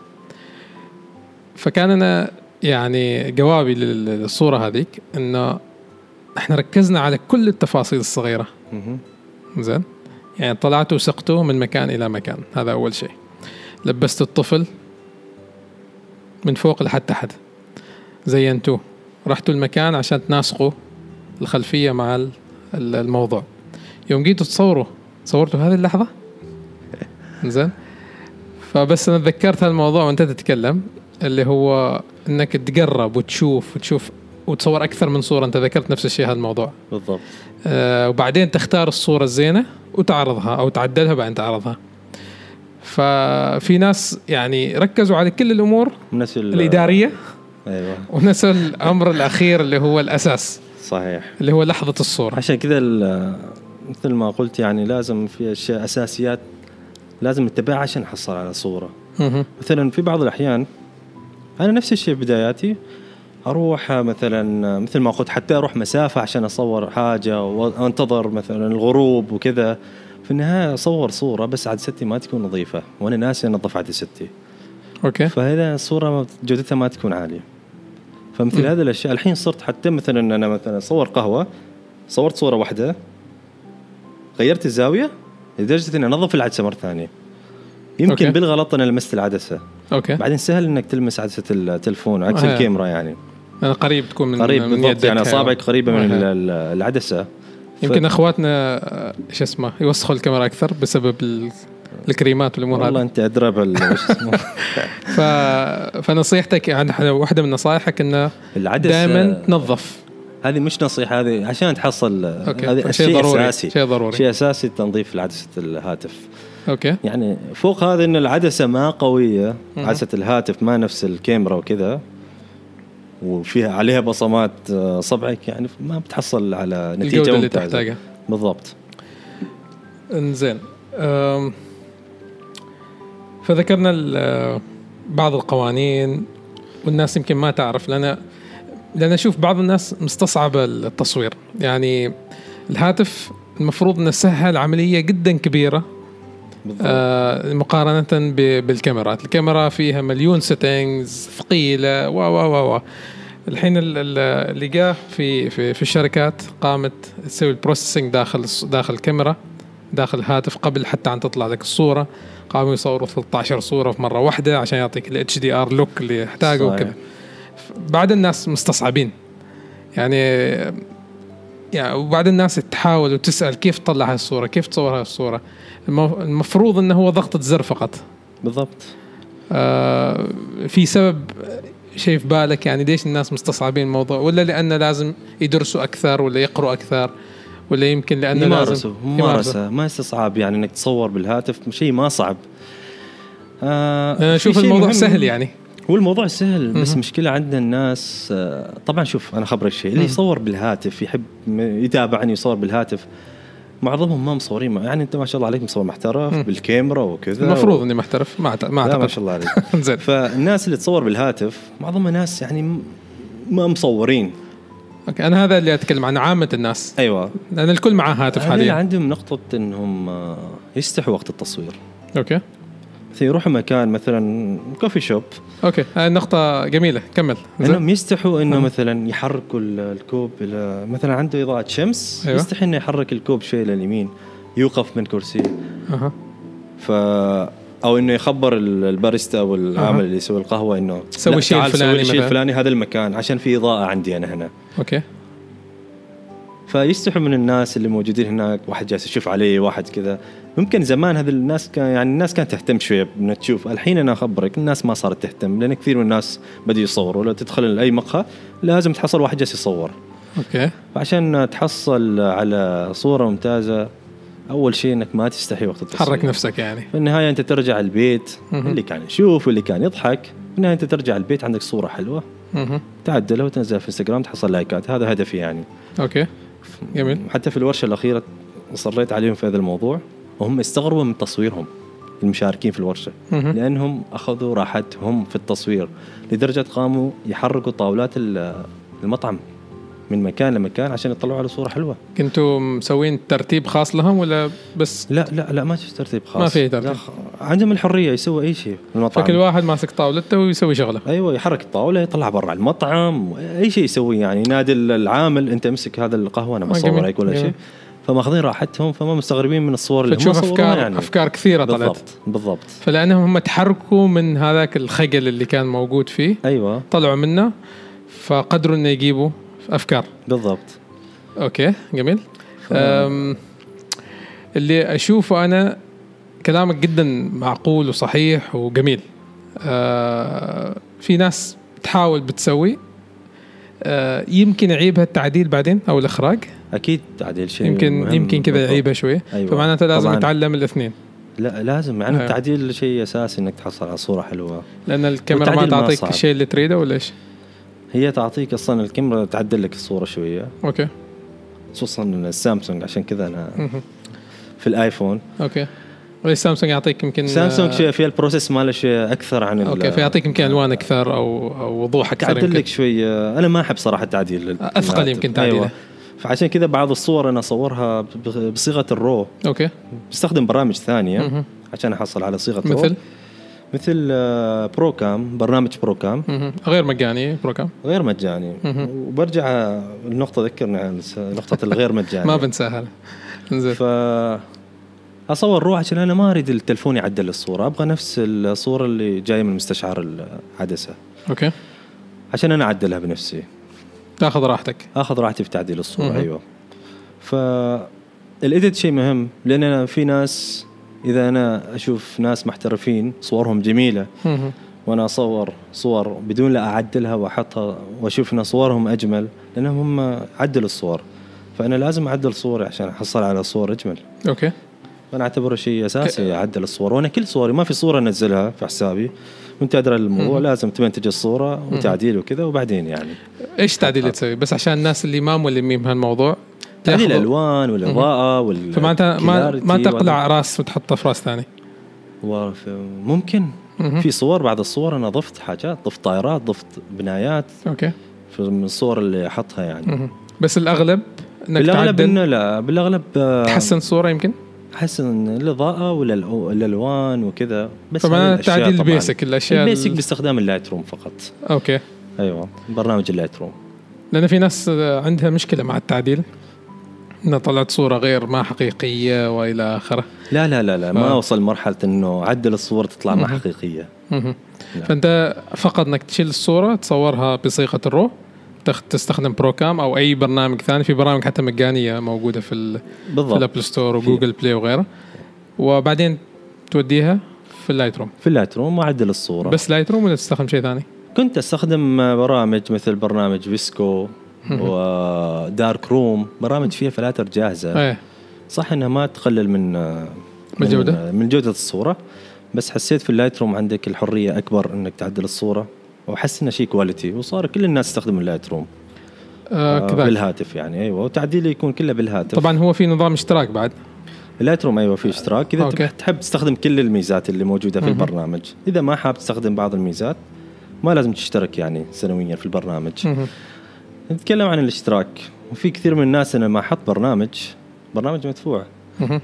S1: فكان انا يعني جوابي لل- للصوره هذيك انه احنا ركزنا على كل التفاصيل الصغيره
S2: مهم.
S1: زين يعني طلعت وسقته من مكان الى مكان هذا اول شيء لبست الطفل من فوق لحد تحت زينتوه رحتوا المكان عشان تناسقوا الخلفيه مع ال- ال- الموضوع يوم جيتوا تصوروا صورتوا هذه اللحظه زين فبس انا تذكرت هالموضوع وانت تتكلم اللي هو انك تقرب وتشوف وتشوف وتصور اكثر من صوره انت ذكرت نفس الشيء هالموضوع
S2: بالضبط
S1: آه، وبعدين تختار الصورة الزينة وتعرضها أو تعدلها بعدين تعرضها ففي ناس يعني ركزوا على كل الأمور
S2: نفس ال-
S1: الإدارية
S2: ايوه
S1: ونسوا الأمر الأخير اللي هو الأساس
S2: صحيح
S1: اللي هو لحظة الصورة
S2: عشان كذا ال- مثل ما قلت يعني لازم في اشياء اساسيات لازم نتبعها عشان نحصل على صوره
S1: مهم.
S2: مثلا في بعض الاحيان انا نفس الشيء في بداياتي اروح مثلا مثل ما قلت حتى اروح مسافه عشان اصور حاجه وانتظر مثلا الغروب وكذا في النهايه اصور صوره بس عدستي ما تكون نظيفه وانا ناسي انظف عدستي
S1: أوكي
S2: فهذا الصوره ما- جودتها ما تكون عاليه فمثل هذه الاشياء الحين صرت حتى مثلا إن انا مثلا اصور قهوه صورت صوره واحده غيرت الزاويه لدرجه اني انظف العدسه مره ثانيه يمكن
S1: أوكي.
S2: أوكي. بالغلط انا لمست العدسه
S1: أوكي
S2: بعدين سهل انك تلمس عدسه التلفون عكس
S1: آه.
S2: الكاميرا يعني
S1: أنا قريب تكون من
S2: قريب
S1: من
S2: بالضبط
S1: يدك
S2: يعني
S1: هاي.
S2: اصابعك قريبه من
S1: أها.
S2: ال- ال- العدسه
S1: يمكن أخواتنا آه، شو اسمه يوسخوا الكاميرا أكثر بسبب ال- الكريمات والأمور
S2: والله
S1: هذه
S2: انت ادرى بال وش اسمه؟
S1: ف... فنصيحتك يعني إحنا واحدة من نصائحك أنه
S2: العدسه
S1: دائما
S2: آه،
S1: تنظف
S2: هذه مش نصيحه هذه عشان تحصل
S1: أوكي.
S2: هذا
S1: شيء
S2: شيء
S1: ضروري.
S2: اساسي
S1: شيء ضروري.
S2: شيء اساسي تنظيف العدسه الهاتف
S1: أوكي
S2: يعني فوق هذا ان العدسه ما قويه عدسه الهاتف ما نفس الكاميرا وكذا وفيها عليها بصمات آه، صبعك يعني ما بتحصل على نتيجه
S1: الجودة اللي
S2: ممتازة.
S1: تحتاجها
S2: بالضبط
S1: انزين أم، فذكرنا ال- بعض القوانين والناس يمكن ما تعرف لان لان اشوف بعض الناس مستصعبه التصوير يعني الهاتف المفروض انه سهل عمليه جدا كبيره
S2: بالضبط
S1: آه، مقارنه ب- بالكاميرات الكاميرا فيها مليون سيتنجز ثقيله و و و و الحين ال- ال- اللي جاه في في في الشركات قامت تسوي البروسيسنج داخل الص- داخل الكاميرا داخل الهاتف قبل حتى ان تطلع لك الصوره قاموا يصوروا 13 صوره في مره واحده عشان يعطيك الاتش دي ار لوك اللي يحتاجه
S2: صحيح.
S1: وكذا بعد الناس مستصعبين يعني يعني وبعد الناس تحاول وتسال كيف تطلع هالصوره كيف تصور هالصوره المف- المفروض انه هو ضغطه زر فقط
S2: بالضبط
S1: آه، في سبب شيء في بالك يعني ليش الناس مستصعبين الموضوع ولا لانه لازم يدرسوا اكثر ولا يقروا اكثر ولا يمكن لانه
S2: يمارسه
S1: لازم
S2: ممارسه ما استصعاب يعني انك تصور بالهاتف شيء ما صعب آه
S1: انا اشوف
S2: في شيء
S1: الموضوع
S2: مهم.
S1: سهل يعني
S2: هو الموضوع سهل بس
S1: مهم.
S2: مشكله عندنا الناس آه طبعا شوف انا خبرك شيء اللي
S1: مهم.
S2: يصور بالهاتف يحب م- يتابعني يصور بالهاتف معظمهم ما مصورين مع- يعني انت ما شاء الله عليك مصور محترف
S1: مهم.
S2: بالكاميرا وكذا
S1: المفروض
S2: و...
S1: اني محترف ما أعت- ما
S2: لا ما
S1: اعتقد
S2: شاء الله عليك
S1: زين
S2: فالناس اللي تصور بالهاتف معظمها ناس يعني م- ما مصورين
S1: اوكي انا هذا اللي اتكلم عن عامه الناس
S2: ايوه
S1: لان الكل
S2: آه،
S1: معاه هاتف
S2: هذول
S1: حاليا
S2: عندهم نقطه انهم آه، يستحوا وقت التصوير
S1: اوكي
S2: يروحوا مكان مثلا كوفي شوب
S1: اوكي هاي النقطة آه، جميلة كمل زين نعم.
S2: انهم يستحوا انه
S1: مم.
S2: مثلا يحركوا ال- الكوب إلى- مثلا عنده اضاءة شمس
S1: أيوة.
S2: أيوة. يستحي انه يحرك الكوب شوي لليمين يوقف من كرسيه
S1: اها
S2: ف او انه يخبر ال- الباريستا او العامل
S1: أها.
S2: اللي يسوي القهوه انه
S1: سوي
S2: لا،
S1: الشيء
S2: تعال
S1: الفلاني
S2: سوي الشيء
S1: مثلاً.
S2: الفلاني هذا المكان عشان في اضاءه عندي انا هنا
S1: اوكي
S2: فيستحوا من الناس اللي موجودين هناك واحد جالس يشوف علي واحد كذا ممكن زمان هذا الناس كان يعني الناس كانت تهتم شويه انها تشوف الحين انا اخبرك الناس ما صارت تهتم لان كثير من الناس بدوا يصوروا لو تدخل لاي مقهى لازم تحصل واحد جالس يصور
S1: اوكي
S2: فعشان تحصل على صوره ممتازه اول شيء انك ما تستحي وقت التصوير
S1: حرك نفسك يعني
S2: في النهايه انت ترجع البيت
S1: مهم.
S2: اللي كان يشوف واللي كان يضحك في النهايه انت ترجع البيت عندك صوره حلوه
S1: مهم.
S2: تعدلها وتنزلها في انستغرام تحصل لايكات هذا هدفي يعني
S1: اوكي جميل
S2: حتى في الورشه الاخيره اصريت عليهم في هذا الموضوع وهم استغربوا من تصويرهم المشاركين في الورشه
S1: مهم.
S2: لانهم اخذوا راحتهم في التصوير لدرجه قاموا يحركوا طاولات ال- المطعم من مكان لمكان عشان يطلعوا على صوره حلوه
S1: كنتوا مسوين ترتيب خاص لهم ولا بس
S2: لا لا لا ما في ترتيب خاص
S1: ما في ترتيب.
S2: لا، خ- عندهم الحريه يسوي اي شيء في المطعم
S1: فكل واحد ماسك طاولته ويسوي شغله
S2: ايوه يحرك الطاوله يطلع برا على المطعم اي شيء يسويه يعني ينادي العامل انت امسك هذا القهوه انا
S1: آه، جميل،
S2: بصورك ولا
S1: جميل.
S2: شيء فماخذين راحتهم فما مستغربين من الصور اللي هم
S1: فتشوف
S2: صوروها
S1: افكار
S2: يعني
S1: افكار كثيره طلعت
S2: بالضبط بالضبط
S1: فلانهم هم تحركوا من هذاك الخجل اللي كان موجود فيه
S2: ايوه
S1: طلعوا منه فقدروا انه يجيبوا افكار
S2: بالضبط
S1: اوكي جميل أم اللي اشوفه انا كلامك جدا معقول وصحيح وجميل أه في ناس بتحاول بتسوي أه يمكن يعيبها التعديل بعدين او الاخراج
S2: اكيد تعديل شيء
S1: يمكن
S2: مهم.
S1: يمكن كذا
S2: بالضبط.
S1: يعيبها شويه
S2: أيوة.
S1: فمعناته لازم
S2: طبعاً.
S1: نتعلم الاثنين
S2: لا لازم يعني
S1: أيوة.
S2: التعديل شيء اساسي انك تحصل على صوره حلوه
S1: لان الكاميرا ما
S2: والتعديل ما
S1: تعطيك
S2: صعب.
S1: الشيء اللي تريده ولا ايش؟
S2: هي تعطيك اصلا الكاميرا تعدل لك الصوره شويه
S1: اوكي
S2: خصوصا السامسونج عشان كذا انا
S1: مهم.
S2: في الايفون
S1: اوكي وليش سامسونج يعطيك يمكن
S2: سامسونج
S1: آه،
S2: شيء فيها البروسيس ماله شيء اكثر عن ال-
S1: اوكي فيعطيك يمكن الوان اكثر او او وضوح اكثر
S2: تعدل
S1: يمكن
S2: لك شويه انا ما احب صراحه التعديل
S1: أثقل يمكن تعديله.
S2: أيوة. فعشان كذا بعض الصور انا اصورها ب- بصيغه الرو
S1: اوكي
S2: بستخدم برامج ثانيه
S1: مهم.
S2: عشان احصل على صيغه الرو.
S1: مثل
S2: مثل آه، بروكام برنامج بروكام
S1: مهم. غير مجاني بروجرام
S2: غير مجاني
S1: مهم.
S2: وبرجع آه، النقطه ذكرنا عن س- نقطه الغير مجاني
S1: ما بنساها انزين
S2: ف اصور رو عشان انا ما اريد التلفون يعدل الصوره ابغى نفس الصوره اللي جايه من مستشعر العدسه
S1: اوكي
S2: عشان انا اعدلها بنفسي
S1: تاخذ راحتك
S2: اخذ راحتي في تعديل الصوره
S1: مهم.
S2: ايوه ف الايديت شيء مهم لان انا في ناس اذا انا اشوف ناس محترفين صورهم جميله
S1: مهم.
S2: وانا اصور صور بدون لا اعدلها واحطها واشوف ان صورهم اجمل لانهم هم عدلوا الصور فانا لازم اعدل صوري عشان احصل على صور اجمل
S1: اوكي
S2: فانا اعتبره شيء اساسي اعدل الصور وانا كل صوري ما في صوره انزلها في حسابي وانت ادرى الموضوع لازم تمنتج الصوره وتعديل وكذا وبعدين يعني
S1: ايش التعديل اللي تسوي بس عشان الناس اللي ما ملمين بهالموضوع
S2: تعديل
S1: ياخذوا-
S2: الالوان والاضاءه وال
S1: فمعناتها ما ما تقلع راس وتحطه في راس ثاني
S2: وف- ممكن
S1: مهم.
S2: في صور بعض الصور انا ضفت حاجات ضفت طائرات ضفت بنايات
S1: اوكي
S2: في من الصور اللي احطها يعني
S1: مهم. بس الاغلب انك
S2: بالاغلب
S1: تعدل
S2: انه لا بالاغلب آه،
S1: تحسن الصوره يمكن
S2: احس ان الاضاءه والألو- والالوان وكذا بس هذه
S1: فمعناته
S2: الأشياء
S1: التعديل
S2: طبعاً.
S1: البيسك الاشياء ال-
S2: البيسك باستخدام اللايت روم فقط
S1: اوكي
S2: ايوه برنامج اللايت روم
S1: لان في ناس آه، عندها مشكله مع التعديل انها طلعت صوره غير ما حقيقيه والى اخره
S2: لا لا لا لا ما
S1: آه.
S2: وصل مرحله انه عدل الصور تطلع ما
S1: مهم.
S2: حقيقيه
S1: مهم.
S2: لا.
S1: فانت فقط انك تشيل الصوره تصورها بصيغه الرو تخ- تستخدم بروكام او اي برنامج ثاني في برامج حتى مجانيه موجوده في, ال- في
S2: بالضبط
S1: الابل ستور وجوجل بلاي وغيره وبعدين توديها في اللايت روم
S2: في اللايت روم واعدل الصوره
S1: بس لايت روم ولا تستخدم شيء ثاني؟
S2: كنت استخدم برامج مثل برنامج فيسكو ودارك روم برامج فيها فلاتر جاهزه
S1: ايه
S2: صح انها ما تقلل من
S1: من الجودة؟
S2: من جوده الصوره بس حسيت في اللايت روم عندك الحريه اكبر انك تعدل الصوره وحس انه شيء كواليتي وصار كل الناس تستخدم اللايت روم
S1: آه
S2: آه،
S1: كذلك
S2: بالهاتف يعني ايوه وتعديله يكون كله بالهاتف
S1: طبعا هو في نظام اشتراك بعد
S2: اللايت روم ايوه في اشتراك اذا
S1: أوكي.
S2: تبح- تحب تستخدم كل الميزات اللي موجوده في
S1: مهم.
S2: البرنامج اذا ما حاب تستخدم بعض الميزات ما لازم تشترك يعني سنويا في البرنامج
S1: مهم.
S2: نتكلم عن الاشتراك وفي كثير من الناس انا ما حط برنامج برنامج مدفوع
S1: مهم.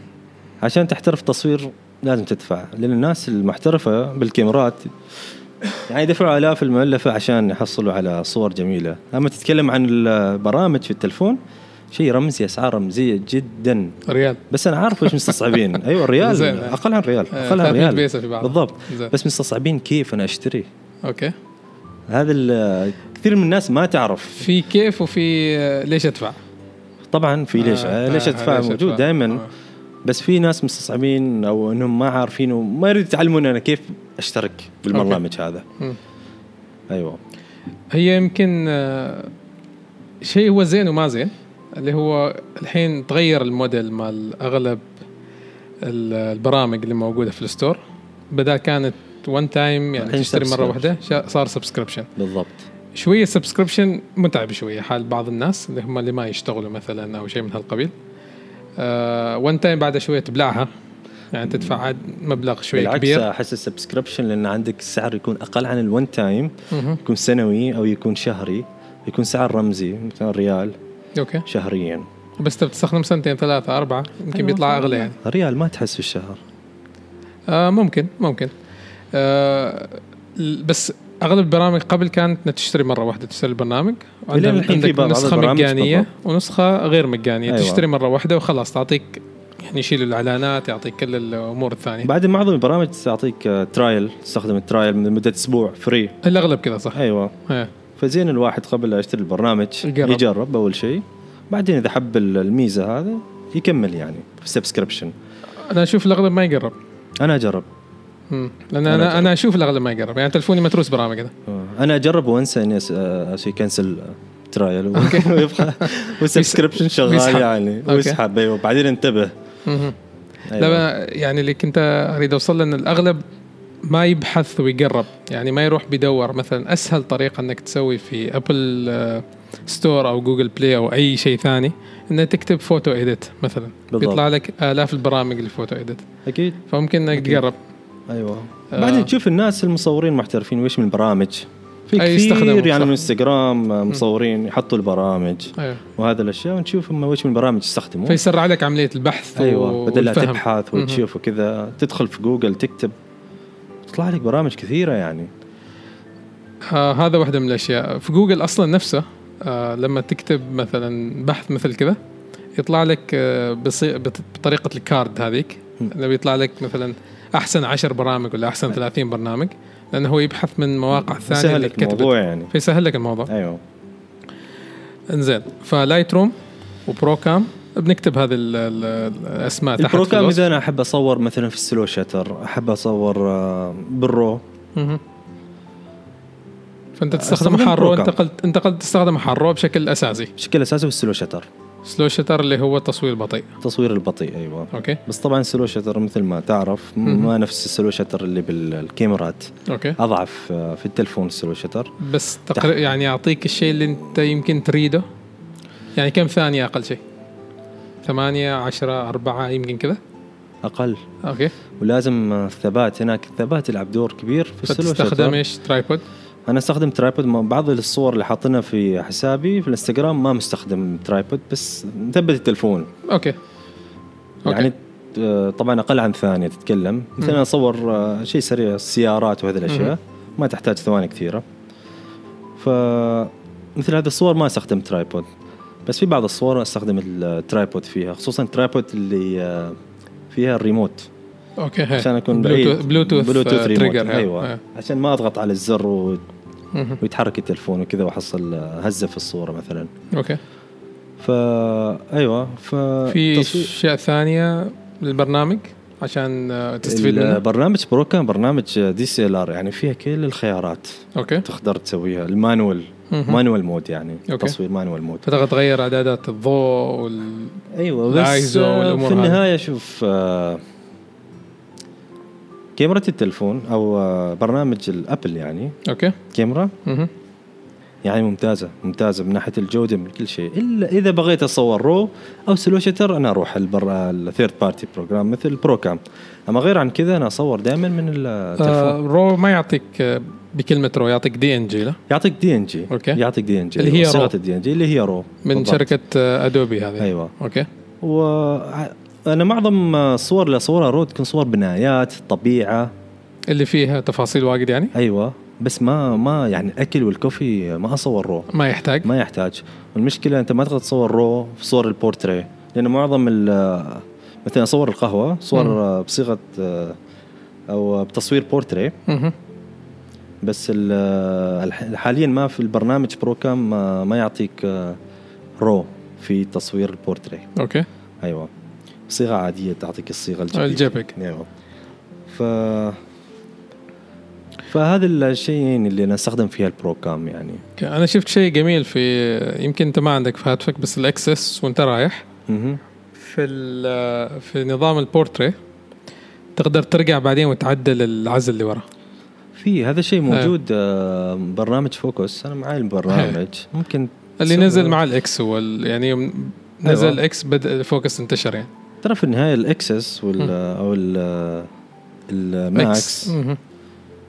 S2: عشان تحترف تصوير لازم تدفع لان الناس المحترفه بالكاميرات يعني يدفعوا الاف المؤلفه عشان يحصلوا على صور جميله اما تتكلم عن البرامج في التلفون شيء رمزي اسعار رمزيه جدا
S1: ريال
S2: بس انا عارف وش مستصعبين ايوه
S1: زين.
S2: الريال اقل عن ريال
S1: آه،
S2: اقل عن
S1: 300
S2: ريال
S1: بيسة في بعض.
S2: بالضبط
S1: زين.
S2: بس مستصعبين كيف انا اشتري
S1: اوكي
S2: هذا ال- كثير من الناس ما تعرف
S1: في كيف وفي آه، ليش ادفع؟
S2: طبعا في ليش
S1: آه،
S2: آه ليش
S1: آه،
S2: ادفع
S1: ليش
S2: موجود
S1: أدفع؟
S2: دائما
S1: آه.
S2: بس في ناس مستصعبين او انهم ما عارفين وما يريد يتعلمون انا كيف اشترك بالبرنامج هذا
S1: مم.
S2: ايوه
S1: هي يمكن آه، شيء هو زين وما زين اللي هو الحين تغير الموديل مال اغلب ال- البرامج اللي موجوده في الستور بدل كانت وان تايم يعني
S2: الحين
S1: تشتري مره
S2: subscription.
S1: واحده شا- صار سبسكريبشن
S2: بالضبط
S1: شويه سبسكريبشن متعب شويه حال بعض الناس اللي هم اللي ما يشتغلوا مثلا او شيء من هالقبيل آه وان تايم بعد شويه تبلعها يعني تدفع عاد مبلغ شويه
S2: بالعكس آه.
S1: كبير
S2: احس السبسكريبشن لان عندك السعر يكون اقل عن الون تايم
S1: مهم.
S2: يكون سنوي او يكون شهري يكون سعر رمزي مثلا ريال
S1: اوكي
S2: شهريا
S1: بس تبي تستخدم سنتين ثلاثه اربعه يمكن
S2: أيوة،
S1: بيطلع اغلى يعني
S2: ريال ما تحس في الشهر
S1: آه ممكن ممكن آه ال- بس اغلب البرامج قبل كانت انك تشتري مره واحده تشتري البرنامج
S2: إلى
S1: عندك
S2: الحين في
S1: عندك
S2: بعض
S1: نسخه
S2: البرامج
S1: مجانيه ونسخه غير مجانيه
S2: أيوة.
S1: تشتري مره واحده وخلاص تعطيك يعني يشيل الاعلانات يعطيك كل الامور الثانيه
S2: بعد معظم البرامج تعطيك ترايل تستخدم الترايل من مده اسبوع فري
S1: الاغلب كذا صح
S2: ايوه
S1: إيه.
S2: فزين الواحد قبل لا يشتري البرنامج
S1: يجرب.
S2: يجرب, اول شيء بعدين اذا حب ال- الميزه هذا يكمل يعني في السبسكريبشن
S1: انا اشوف الاغلب ما يقرب
S2: انا اجرب
S1: مم. لان انا انا اشوف الاغلب ما يقرب يعني تلفوني متروس برامج انا
S2: انا اجرب وانسى اني أس- آه، اسوي كنسل ترايل ويبقى والسبسكريبشن شغال
S1: ويسحب.
S2: يعني
S1: أوكي.
S2: ويسحب ايوه بعدين انتبه
S1: مهم.
S2: أيوة.
S1: لا أنا- يعني اللي كنت اريد اوصل له ان الاغلب ما يبحث ويقرب يعني ما يروح بيدور مثلا اسهل طريقه انك تسوي في ابل آه، ستور او جوجل بلاي او اي شيء ثاني انك تكتب فوتو اديت مثلا
S2: بالضبط.
S1: بيطلع لك الاف البرامج للفوتو اديت
S2: اكيد
S1: فممكن انك
S2: أكيد.
S1: تقرب
S2: ايوه
S1: آه.
S2: بعدين تشوف الناس المصورين المحترفين وش من برامج في
S1: أي يستخدموا،
S2: كثير
S1: صح.
S2: يعني من انستغرام مصورين يحطوا البرامج
S1: ايوه
S2: وهذا الاشياء ونشوف هم وش من برامج يستخدموا
S1: فيسرع لك عمليه البحث
S2: ايوه بدل لا
S1: والفهم.
S2: تبحث
S1: مهم.
S2: وتشوف وكذا تدخل في جوجل تكتب تطلع لك برامج كثيره يعني
S1: آه هذا واحدة من الأشياء في جوجل أصلا نفسه آه لما تكتب مثلا بحث مثل كذا يطلع لك آه بصي... بط- بطريقة الكارد هذيك
S2: مم. نعم.
S1: لو يطلع لك مثلا أحسن عشر برامج ولا أحسن 30 برنامج لأنه هو يبحث من مواقع ثانية
S2: سهل
S1: اللي
S2: لك
S1: كتبت
S2: الموضوع يعني
S1: فيسهل لك الموضوع
S2: ايوه
S1: انزين فلايت روم وبرو كام بنكتب هذه ال- ال- الأسماء تحت في
S2: البروكرام
S1: الوصف.
S2: اذا انا احب اصور مثلا في السلو شتر احب اصور آه، بالرو
S1: مهم. فأنت تستخدم
S2: أستخدم
S1: حارو
S2: برو كام.
S1: انتقلت انتقلت تستخدم حارو بشكل أساسي
S2: بشكل اساسي هو السلو شتر
S1: سلو شتر اللي هو التصوير البطيء
S2: التصوير البطيء ايوه
S1: اوكي
S2: بس طبعا السلو شتر مثل ما تعرف م- ما نفس السلو شتر اللي بالكاميرات
S1: اوكي
S2: اضعف آه، في التلفون السلو شتر
S1: بس تقر... يعني يعطيك الشيء اللي انت يمكن تريده يعني كم ثانيه اقل شيء ثمانية عشرة أربعة يمكن كذا
S2: اقل
S1: أوكي
S2: ولازم آه، الثبات هناك الثبات يلعب دور كبير في السلو شتر
S1: فتستخدم إيش ترايبود
S2: انا استخدم ترايبود ما- بعض الصور اللي حاطينها في حسابي في الانستغرام ما مستخدم ترايبود بس مثبت التلفون
S1: أوكي أوكي
S2: يعني آه، طبعا اقل عن ثانيه تتكلم مثلا اصور آه، شيء سريع السيارات وهذه الاشياء ما تحتاج ثواني كثيره ف مثل هذه الصور ما استخدم ترايبود بس في بعض الصور استخدم الترايبود فيها خصوصا الترايبود اللي آه، فيها الريموت
S1: أوكي هي.
S2: عشان اكون
S1: بلوتوث
S2: بعيد.
S1: بلوتوث,
S2: بلوتوث
S1: آه،
S2: ريموت
S1: تريجر هي.
S2: ايوه
S1: هي.
S2: عشان ما اضغط على الزر و...
S1: مهم.
S2: ويتحرك التلفون وكذا واحصل هزه في الصوره مثلا
S1: أوكي
S2: فا ايوه ف
S1: في
S2: تصوير-
S1: أشياء ثانية للبرنامج عشان آه، تستفيد منه
S2: البرنامج برو كان برنامج دي سي ال ار يعني فيها كل الخيارات
S1: أوكي
S2: تقدر تسويها المانوال
S1: مهم.
S2: مانوال مود يعني
S1: أوكي.
S2: تصوير مانوال مود
S1: فتقدر تغير إعدادات الضوء وال...
S2: ايوه بس
S1: العايزة
S2: آه،
S1: والأمور
S2: في النهايه شوف آه، كاميرا التلفون او آه، برنامج الابل يعني
S1: أوكي
S2: كاميرا
S1: مهم.
S2: يعني ممتازه ممتازه من ناحيه الجوده من كل شيء الا اذا بغيت اصور رو او سلو شتر انا اروح البر الثيرد بارتي بروجرام مثل بروكام اما غير عن كذا انا اصور دائما من التلفون
S1: آه رو ما يعطيك آه، بكلمه رو يعطيك دي ان جي لا
S2: يعطيك دي ان جي
S1: أوكي.
S2: يعطيك دي ان جي
S1: اللي هي رو.
S2: الدي ان جي اللي هي رو
S1: من
S2: بالضبط.
S1: شركه آه، ادوبي هذه
S2: ايوه
S1: اوكي
S2: و ع- انا معظم صور لصورها رود تكون صور بنايات طبيعه
S1: اللي فيها تفاصيل واجد يعني
S2: ايوه بس ما ما يعني الاكل والكوفي ما اصور رو
S1: ما يحتاج
S2: ما يحتاج والمشكله انت ما تقدر تصور رو في صور البورتري لانه معظم ال- مثلا صور القهوه صور بصيغه او بتصوير بورتري
S1: مهم.
S2: بس ال- آه، الح- حاليا ما في البرنامج بروكام آه، ما- ما يعطيك رو في تصوير البورتري
S1: اوكي
S2: ايوه صيغه عاديه تعطيك الصيغه الجديده
S1: الجبك.
S2: ايوه ف فهذا الشيئين اللي انا استخدم فيها البرو كام يعني
S1: اوكي. انا شفت شيء جميل في يمكن انت ما عندك في هاتفك بس الاكسس وانت رايح
S2: مهم.
S1: في ال- آه، في نظام البورتري تقدر ترجع بعدين وتعدل العزل اللي ورا
S2: في هذا
S1: إيه.
S2: الشيء موجود آه، برنامج فوكس انا معي البرنامج ممكن
S1: إيه. اللي
S2: تسوي-
S1: نزل مع الاكس هو ال- يعني يوم نزل
S2: أيوة.
S1: الاكس بدا الفوكس انتشر يعني
S2: ترى في النهايه الاكسس
S1: مم.
S2: وال او ال
S1: إكس.
S2: الماكس
S1: مهم.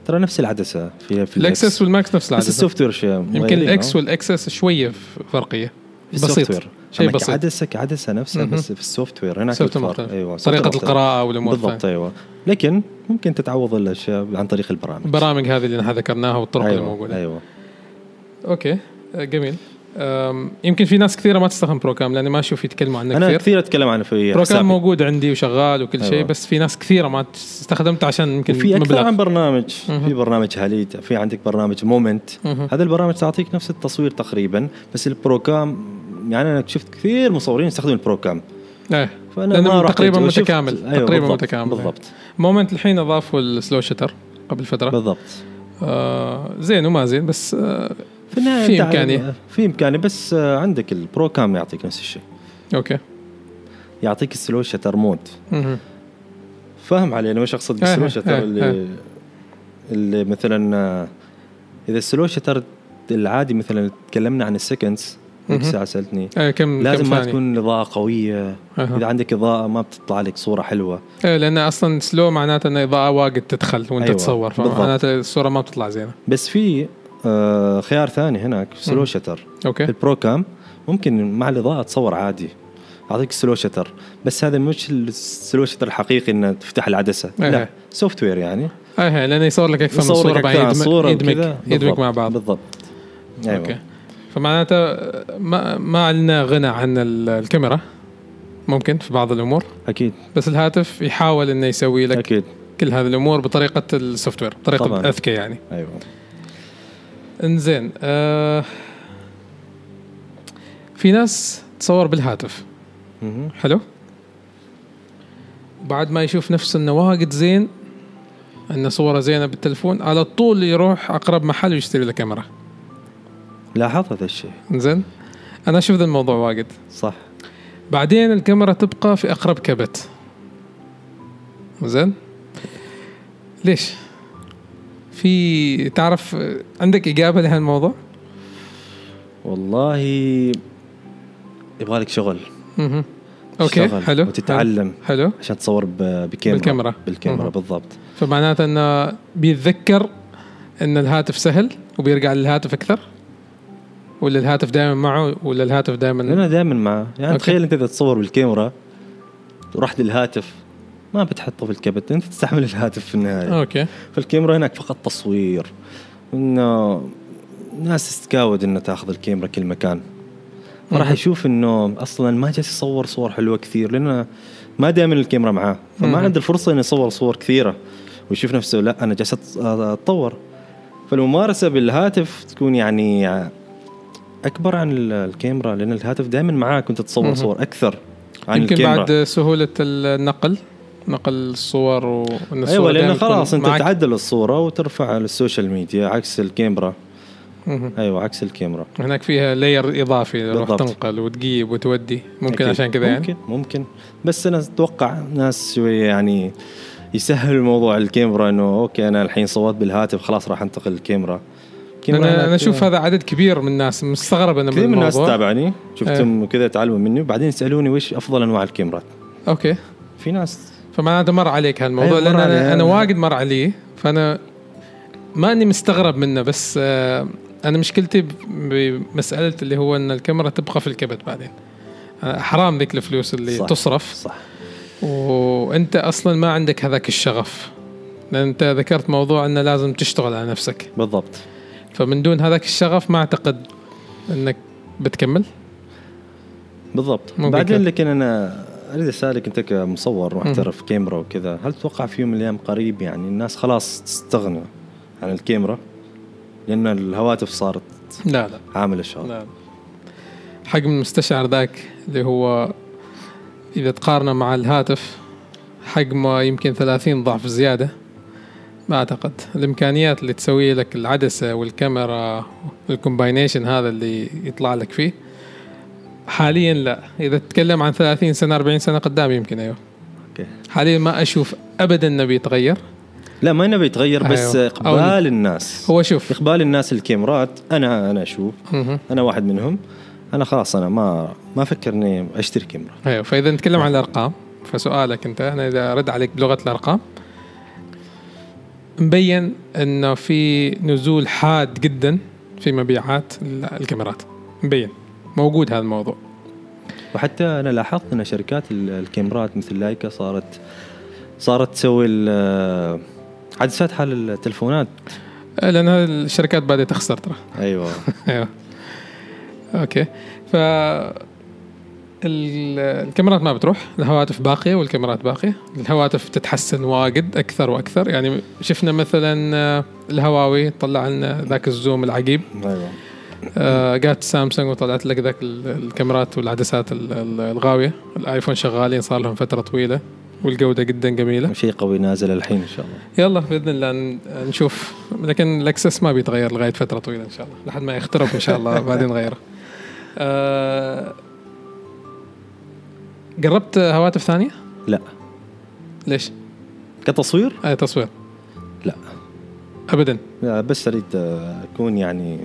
S2: ترى نفس العدسه فيها في
S1: الاكسس والماكس نفس
S2: بس أه؟
S1: العدسه
S2: السوفت وير شيء
S1: يمكن الاكس والاكسس شويه ف- فرقيه بسيط. شيء
S2: شيء
S1: بسيط.
S2: بسيط عدسه كعدسه نفسها
S1: مهم.
S2: بس في السوفت وير هناك
S1: سوفت
S2: الفرق.
S1: مختلف.
S2: ايوه سوفت
S1: طريقه
S2: مختلف.
S1: القراءه والامور الثانية.
S2: بالضبط ايوه لكن ممكن تتعوض الاشياء عن طريق البرامج
S1: البرامج طيب. هذه اللي نحن ذكرناها والطرق
S2: أيوة.
S1: أيوة. الموجوده
S2: ايوه
S1: اوكي آه، جميل أم، يمكن في ناس كثيره ما تستخدم بروكام لاني ما اشوف يتكلموا عنه
S2: انا
S1: كثير
S2: كثير اتكلم عنه في
S1: بروكام
S2: حسابي
S1: موجود عندي وشغال وكل شيء
S2: أيوة.
S1: بس في ناس كثيره ما استخدمته عشان يمكن
S2: في اكثر
S1: مبلغ
S2: عن برنامج
S1: مهم.
S2: في برنامج هاليت في عندك برنامج مومنت
S1: مهم.
S2: هذا البرامج تعطيك نفس التصوير تقريبا بس البروكام يعني انا شفت كثير مصورين يستخدموا البروكام
S1: ايه
S2: فانا
S1: لأنه
S2: ما رحت
S1: تقريباً
S2: وشفت- أيوة،
S1: متكامل. تقريباً
S2: بالضبط.
S1: متكامل.
S2: بالضبط
S1: مومنت الحين اضافوا السلو شتر قبل فتره
S2: بالضبط
S1: آه زين وما زين بس آه
S2: في النهايه
S1: في
S2: أنت
S1: إمكانية.
S2: على- في امكانيه بس آه، عندك البرو كام يعطيك نفس الشيء
S1: اوكي
S2: يعطيك السلو شتر مود
S1: مهم.
S2: فاهم علي انا وش اقصد
S1: إيه،
S2: بالسلو شتر
S1: إيه،
S2: اللي اللي مثلا آه، اذا السلو شتر العادي مثلا تكلمنا عن السكندز
S1: مهم.
S2: ساعه سالتني
S1: آه كم كم
S2: لازم ما
S1: ثانية؟
S2: تكون الاضاءه قويه
S1: أها.
S2: اذا عندك اضاءه ما بتطلع لك صوره حلوه
S1: ايه لان اصلا سلو معناته ان الاضاءه واجد تدخل وانت أيوة.
S2: أيوة،
S1: تصور
S2: بالضبط.
S1: فمعناته الصوره ما بتطلع زينه
S2: بس في آه، خيار ثاني هناك
S1: مم.
S2: سلو شتر
S1: اوكي
S2: البرو كام ممكن مع الاضاءه تصور عادي اعطيك سلو شتر بس هذا مش السلو شتر الحقيقي انه تفتح العدسه لا
S1: إيه.
S2: سوفت وير يعني
S1: ايه لانه يصور لك اكثر من
S2: يصور
S1: صوره
S2: لك
S1: بعدين
S2: أكثر عن
S1: يدمج
S2: صورة
S1: يدمج,
S2: وكذا.
S1: يدمج
S2: بالضبط.
S1: مع بعض
S2: بالضبط أيوة.
S1: اوكي فمعناته آه، ما ما عندنا غنى عن ال- الكاميرا ممكن في بعض الامور
S2: اكيد
S1: بس الهاتف يحاول انه يسوي لك
S2: اكيد
S1: كل هذه الامور بطريقه السوفت وير طريقه
S2: طبعاً.
S1: اذكى يعني
S2: ايوه
S1: انزين آه في ناس تصور بالهاتف
S2: مهم.
S1: حلو بعد ما يشوف نفسه انه واجد زين انه صوره زينه بالتلفون على طول يروح اقرب محل ويشتري له كاميرا
S2: لاحظت هذا الشيء
S1: زين انا اشوف ذا الموضوع واجد
S2: صح
S1: بعدين الكاميرا تبقى في اقرب كبت زين ليش في تعرف عندك اجابه لهالموضوع
S2: والله يبغى لك شغل
S1: مهم. اوكي
S2: تشتغل
S1: حلو
S2: وتتعلم.
S1: حلو
S2: عشان تصور ب- بكاميرا
S1: بالكاميرا.
S2: بالكاميرا
S1: مهم.
S2: بالضبط
S1: فمعناته انه بيتذكر ان الهاتف سهل وبيرجع للهاتف اكثر ولا الهاتف دائما معه ولا الهاتف دائما
S2: انا دائما معه يعني
S1: أوكي.
S2: تخيل انت اذا تصور بالكاميرا ورحت للهاتف ما بتحطه في الكبت انت تستعمل الهاتف في النهايه
S1: اوكي
S2: فالكاميرا هناك فقط تصوير انه ناس تتكاود انه تاخذ الكاميرا كل مكان فراح
S1: مهم.
S2: يشوف انه اصلا ما جالس يصور صور حلوه كثير لانه ما دائما الكاميرا معاه فما
S1: مهم.
S2: عنده الفرصه انه يصور صور كثيره ويشوف نفسه لا انا جالس أت- اتطور فالممارسه بالهاتف تكون يعني اكبر عن ال- الكاميرا لان الهاتف دائما معاك وانت
S1: مهم.
S2: تصور صور اكثر عن
S1: يمكن
S2: الكاميرا
S1: بعد سهوله النقل نقل الصور وان الصور
S2: ايوه
S1: دايماً
S2: لانه
S1: تكون
S2: خلاص انت
S1: معك.
S2: تعدل الصوره وترفعها على السوشيال ميديا عكس الكاميرا
S1: مهم.
S2: ايوه عكس الكاميرا
S1: هناك فيها لاير اضافي راح
S2: بالضبط.
S1: تنقل وتجيب وتودي ممكن
S2: أكيد.
S1: عشان كذا يعني
S2: ممكن ممكن بس انا اتوقع ناس شويه يعني يسهل موضوع الكاميرا انه اوكي انا الحين صورت بالهاتف خلاص راح انتقل للكاميرا الكاميرا
S1: انا
S2: هناك-
S1: انا اشوف هذا عدد كبير من الناس مستغرب انا من
S2: كثير من الناس
S1: الموضوع إيه.
S2: تتابعني شفتهم كذا تعلموا مني وبعدين يسالوني وش افضل انواع الكاميرات
S1: اوكي
S2: في ناس
S1: فمعناته مر عليك هالموضوع
S2: أيوة، مر
S1: لان انا,
S2: علي.
S1: أنا واجد مر علي فانا ما اني مستغرب منه بس آه، انا مشكلتي ب- بمساله اللي هو ان الكاميرا تبقى في الكبد بعدين آه، حرام ذيك الفلوس اللي
S2: صح.
S1: تصرف
S2: صح
S1: وانت اصلا ما عندك هذاك الشغف لان انت ذكرت موضوع انه لازم تشتغل على نفسك
S2: بالضبط
S1: فمن دون هذاك الشغف ما اعتقد انك بتكمل
S2: بالضبط
S1: ممكن
S2: بعدين
S1: كده.
S2: لكن انا اريد اسالك انت كمصور محترف كاميرا وكذا هل تتوقع في يوم من الايام قريب يعني الناس خلاص تستغنى عن الكاميرا لان الهواتف صارت
S1: لا لا
S2: عامل الشغل
S1: لا حق نعم. المستشعر ذاك اللي هو اذا تقارنه مع الهاتف حجمه يمكن 30 ضعف زياده ما اعتقد الامكانيات اللي تسوي لك العدسه والكاميرا الكومباينيشن هذا اللي يطلع لك فيه حاليا لا اذا تتكلم عن 30 سنه 40 سنه قدام يمكن ايوه
S2: أوكي.
S1: حاليا ما اشوف ابدا انه بيتغير
S2: لا ما نبي يتغير بس
S1: أيوة.
S2: اقبال الناس
S1: هو شوف
S2: اقبال الناس الكاميرات انا انا اشوف
S1: مهم.
S2: انا واحد منهم انا خلاص انا ما ما افكر اني اشتري كاميرا
S1: ايوه فاذا نتكلم عن الارقام فسؤالك انت انا اذا ارد عليك بلغه الارقام مبين انه في نزول حاد جدا في مبيعات ال- الكاميرات مبين موجود هذا الموضوع
S2: وحتى انا لاحظت ان شركات ال- الكاميرات مثل لايكا صارت صارت تسوي ال- عدسات حال التلفونات
S1: لان آه، هذه الشركات بدات تخسر ترى
S2: ايوه
S1: ايوه اوكي ف ال- الكاميرات ما بتروح الهواتف باقيه والكاميرات باقيه الهواتف تتحسن واجد اكثر واكثر يعني شفنا مثلا آه، الهواوي طلع لنا ذاك الزوم العجيب
S2: ايوه
S1: آه، جات سامسونج وطلعت لك ذاك ال- الكاميرات والعدسات ال- ال- الغاويه الايفون شغالين صار لهم فتره طويله والجوده جدا جميله
S2: شيء قوي نازل الحين ان شاء الله
S1: يلا باذن الله ن- نشوف لكن الاكسس ما بيتغير لغايه فتره طويله ان شاء الله لحد ما يخترق ان شاء الله بعدين غيره آه، جربت هواتف ثانيه
S2: لا
S1: ليش
S2: كتصوير
S1: آه تصوير
S2: لا.
S1: ابدا
S2: لا بس اريد اكون يعني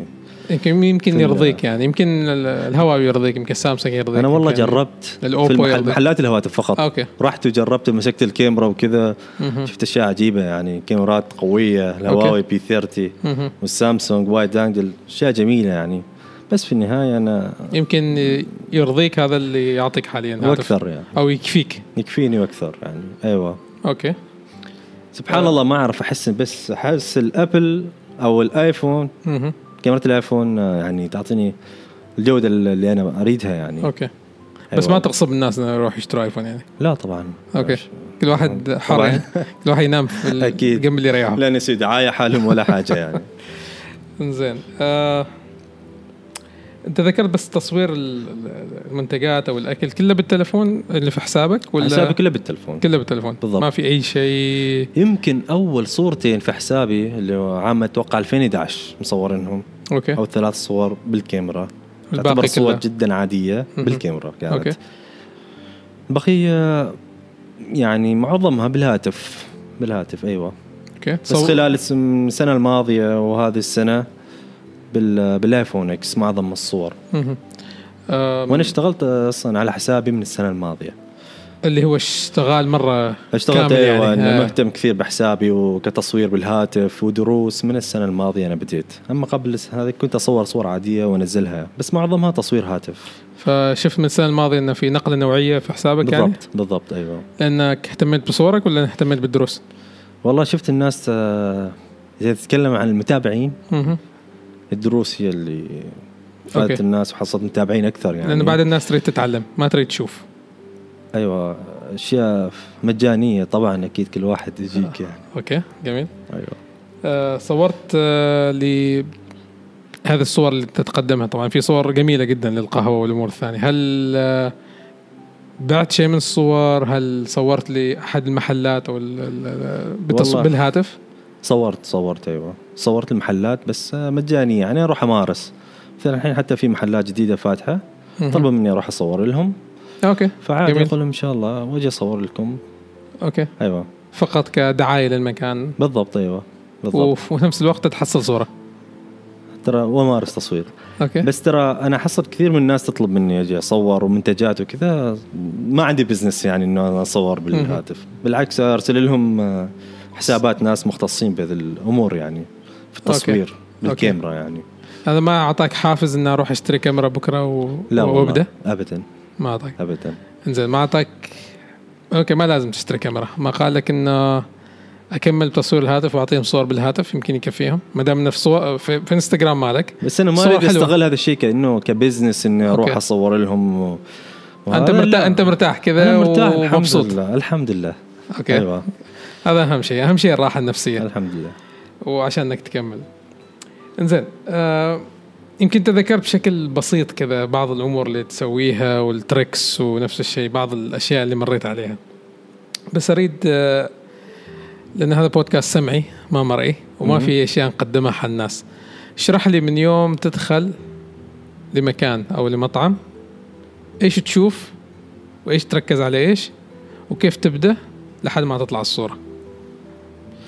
S1: يمكن يمكن
S2: في-
S1: يرضيك يعني يمكن ال- الهواوي يرضيك يمكن سامسونج يرضيك
S2: انا والله
S1: يمكن-
S2: جربت في
S1: الأوبو
S2: المحل
S1: يرضيك.
S2: محلات الهواتف فقط
S1: اوكي
S2: رحت وجربت مسكت الكاميرا وكذا
S1: مهم.
S2: شفت اشياء عجيبه يعني كاميرات قويه الهواوي بي 30
S1: مهم.
S2: والسامسونج وايد انجل اشياء جميله يعني بس في النهايه انا
S1: يمكن يرضيك هذا اللي يعطيك حاليا هاتف.
S2: واكثر يعني
S1: او يكفيك
S2: يكفيني واكثر يعني ايوه
S1: اوكي أيوة.
S2: سبحان الله ما اعرف احس بس احس الابل او الايفون
S1: مهم.
S2: كاميرا الايفون آه، يعني تعطيني الجوده اللي انا اريدها يعني
S1: اوكي
S2: أيوة.
S1: بس ما تغصب الناس انه يروح يشتروا ايفون يعني
S2: لا طبعا
S1: اوكي كل واحد حر
S2: طبعاً.
S1: يعني. كل واحد ينام في ال-
S2: أكيد.
S1: جنب اللي يريحه
S2: لا نسي دعايه حالهم ولا حاجه يعني
S1: زين آه. انت ذكرت بس تصوير ال- ال- المنتجات او الاكل كله بالتلفون اللي في حسابك ولا
S2: حسابي كله بالتلفون
S1: كله بالتلفون
S2: بالضبط.
S1: ما في اي شيء
S2: يمكن اول صورتين في حسابي اللي هو عام اتوقع 2011 مصورينهم
S1: اوكي
S2: او ثلاث صور بالكاميرا
S1: الباقي
S2: تعتبر صور
S1: كلها.
S2: جدا عاديه
S1: مهم.
S2: بالكاميرا كانت
S1: اوكي
S2: البقيه يعني معظمها بالهاتف بالهاتف ايوه
S1: اوكي
S2: بس خلال الس- السنه الماضيه وهذه السنه بال بالايفون اكس معظم الصور
S1: مهم. آه،
S2: وانا اشتغلت اصلا على حسابي من السنه الماضيه
S1: اللي هو اشتغل مره
S2: اشتغلت
S1: كامل
S2: ايوه يعني.
S1: آه.
S2: انا مهتم كثير بحسابي وكتصوير بالهاتف ودروس من السنه الماضيه انا بديت اما قبل الس- هذه كنت اصور صور عاديه وانزلها بس معظمها تصوير هاتف
S1: فشفت من السنه الماضيه انه في نقله نوعيه في حسابك يعني
S2: بالضبط بالضبط ايوه
S1: لانك اهتميت بصورك ولا اهتميت بالدروس؟
S2: والله شفت الناس آه، اذا تتكلم عن المتابعين
S1: مهم.
S2: الدروس هي اللي
S1: أوكي.
S2: فادت الناس وحصلت متابعين اكثر يعني
S1: لان بعد الناس تريد تتعلم ما تريد تشوف
S2: ايوه اشياء مجانيه طبعا اكيد كل واحد
S1: آه.
S2: يجيك يعني
S1: اوكي جميل
S2: ايوه
S1: آه صورت آه ل هذه الصور اللي أنت تقدمها طبعا في صور جميله جدا للقهوه والامور الثانيه هل آه بعت شيء من الصور هل صورت لاحد المحلات او ال- ال- ال- بالتص-
S2: والله.
S1: بالهاتف
S2: صورت صورت ايوه صورت المحلات بس آه، مجانيه يعني اروح امارس مثلا الحين حتى في محلات جديده فاتحه
S1: مهم.
S2: طلبوا مني اروح اصور لهم
S1: اوكي
S2: فعادي
S1: جميل.
S2: اقول لهم ان شاء الله واجي اصور لكم
S1: اوكي
S2: ايوه
S1: فقط كدعايه للمكان
S2: بالضبط ايوه بالضبط
S1: وف- وفي نفس الوقت تحصل صوره
S2: ترى وامارس تصوير
S1: اوكي
S2: بس ترى انا حصلت كثير من الناس تطلب مني اجي اصور ومنتجات وكذا ما عندي بزنس يعني انه انا اصور بالهاتف بالعكس ارسل لهم آه، حسابات ناس مختصين بهذه الامور يعني في التصوير
S1: أوكي.
S2: بالكاميرا يعني
S1: هذا ما اعطاك حافز اني اروح اشتري كاميرا بكره و...
S2: لا والله
S1: وابدا
S2: ابدا
S1: ما اعطاك
S2: ابدا
S1: انزين ما اعطاك اوكي ما لازم تشتري كاميرا ما قال لك انه اكمل تصوير الهاتف واعطيهم صور بالهاتف يمكن يكفيهم ما دام نفس صور في, في انستغرام مالك
S2: بس انا ما
S1: صورة
S2: اريد
S1: حلوة.
S2: استغل هذا الشيء كانه كبزنس اني اروح
S1: أوكي.
S2: اصور لهم و...
S1: انت
S2: وهذا
S1: مرتاح
S2: لا.
S1: انت مرتاح
S2: أنا
S1: كذا
S2: مرتاح الحمد
S1: ومبسوط
S2: لله الحمد لله
S1: اوكي أيوة.
S2: ايوه
S1: هذا اهم شيء اهم شيء الراحه النفسيه
S2: الحمد لله
S1: وعشان انك تكمل انزين آه يمكن تذكرت بشكل بسيط كذا بعض الامور اللي تسويها والتريكس ونفس الشيء بعض الاشياء اللي مريت عليها بس اريد آه لان هذا بودكاست سمعي ما مرئي وما
S2: مهم.
S1: في اشياء نقدمها حق الناس اشرح لي من يوم تدخل لمكان او لمطعم ايش تشوف وايش تركز على ايش وكيف تبدا لحد ما تطلع الصوره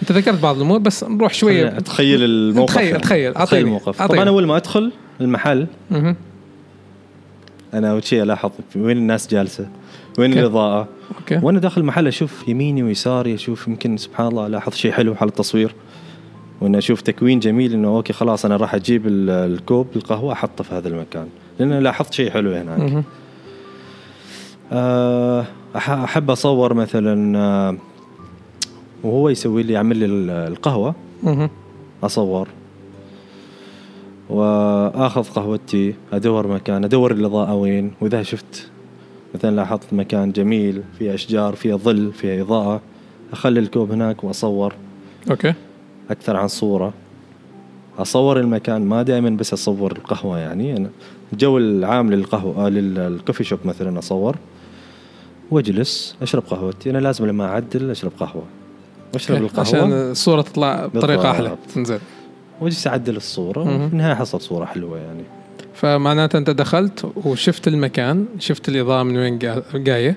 S1: انت ذكرت بعض الامور بس نروح شويه
S2: خليني اتخيل الموقف
S1: طيب.
S2: يعني.
S1: تخيل- تخيل. أعطيني.
S2: الموقف
S1: أعطيني.
S2: طبعا اول ما ادخل المحل
S1: مهم.
S2: انا اول شيء الاحظ وين الناس جالسه وين
S1: أوكي.
S2: الاضاءه
S1: اوكي
S2: وانا داخل المحل اشوف يميني ويساري اشوف يمكن سبحان الله الاحظ شيء حلو حال التصوير وان اشوف تكوين جميل انه اوكي خلاص انا راح اجيب ال- الكوب القهوه احطه في هذا المكان لان لاحظت شيء حلو هناك
S1: مهم.
S2: آه، أح- احب اصور مثلا آه، وهو يسوي لي يعمل لي ال- القهوه
S1: مهم.
S2: اصور واخذ قهوتي ادور مكان ادور الاضاءه وين واذا شفت مثلا لاحظت مكان جميل فيه اشجار فيه ظل فيه اضاءه اخلي الكوب هناك واصور
S1: اوكي
S2: اكثر عن صوره اصور المكان ما دائما بس اصور القهوه يعني انا الجو العام للقهوه آه، لل- للكوفي شوب مثلا اصور واجلس اشرب قهوتي انا لازم لما اعدل اشرب قهوه واشرب
S1: أوكي.
S2: القهوه
S1: إيه، عشان الصوره تطلع بطريقه احلى انزين
S2: وجلس اعدل الصوره
S1: مهم.
S2: وفي النهايه حصل صوره حلوه يعني
S1: فمعناته انت دخلت وشفت المكان شفت الاضاءه من وين جا- جايه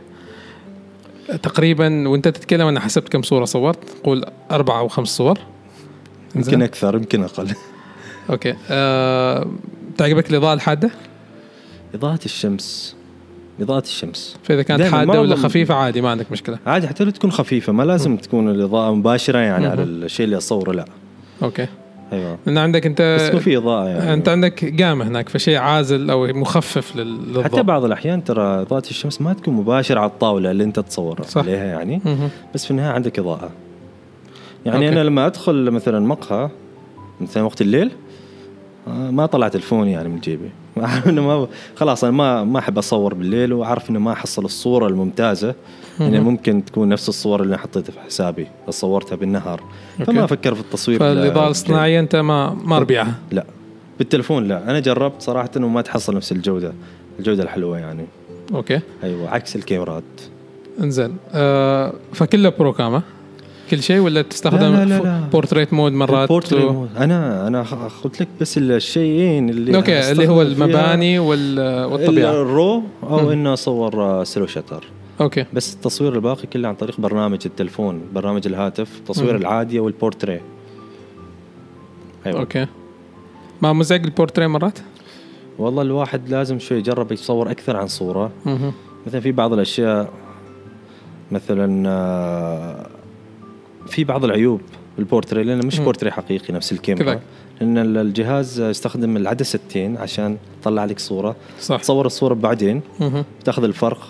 S1: تقريبا وانت تتكلم انا حسبت كم صوره صورت قول اربع او خمس صور
S2: يمكن
S1: إنزين.
S2: اكثر يمكن اقل
S1: اوكي أه... تعجبك الاضاءه الحاده
S2: اضاءه الشمس اضاءه الشمس
S1: فاذا كانت
S2: دايماً
S1: حاده
S2: ما
S1: ولا
S2: أظن-
S1: خفيفه عادي ما عندك مشكله
S2: عادي حتى لو تكون خفيفه ما لازم تكون الاضاءه مباشره يعني على الشيء اللي اصوره لا
S1: اوكي
S2: ايوه
S1: لان عندك انت
S2: بس تكون في اضاءه يعني
S1: انت عندك قامه هناك فشيء عازل او مخفف لل- للضوء
S2: حتى بعض الاحيان ترى اضاءه الشمس ما تكون مباشره على الطاوله اللي انت تصور
S1: صح.
S2: عليها يعني
S1: مهم.
S2: بس في النهايه عندك اضاءه يعني
S1: أوكي.
S2: انا لما ادخل مثلا مقهى مثلا وقت الليل آه، ما طلعت الفون يعني من جيبي أعرف انه ما خلاص انا ما ما احب اصور بالليل واعرف انه ما احصل الصوره الممتازه يعني
S1: مهم.
S2: ممكن تكون نفس الصور اللي أنا حطيتها في حسابي صورتها بالنهار
S1: أوكي.
S2: فما افكر في التصوير بال-
S1: فالاضاءه
S2: بالليل.
S1: الصناعيه انت ما
S2: طيب.
S1: ما ربيعها
S2: لا بالتلفون لا انا جربت صراحه وما تحصل نفس الجوده الجوده الحلوه يعني
S1: اوكي
S2: ايوه عكس الكاميرات
S1: انزين آه فكله برو كاما كل شيء ولا تستخدم
S2: لا- لا- لا.
S1: بورتريت مود مرات
S2: البورتري
S1: و...
S2: مود. انا انا خ- قلت لك بس الشيئين اللي
S1: اوكي اللي هو
S2: أستخدم فيها
S1: المباني وال... والطبيعه
S2: الرو
S1: مم.
S2: او انه اصور آه، سلو شتر
S1: اوكي
S2: بس التصوير الباقي كله عن طريق برنامج التلفون برنامج الهاتف التصوير
S1: مم.
S2: العادي والبورتري ايوه
S1: اوكي ما مزعج البورتري مرات؟
S2: والله الواحد لازم شوي يجرب يصور اكثر عن صوره
S1: مهم.
S2: مثلا في بعض الاشياء مثلا آه، في بعض العيوب بالبورتري لانه مش
S1: مم.
S2: بورتري حقيقي نفس الكاميرا
S1: كذاك.
S2: لان ال- الجهاز يستخدم العدستين عشان يطلع لك صوره
S1: صح
S2: تصور الصوره بعدين
S1: مهم.
S2: تاخذ الفرق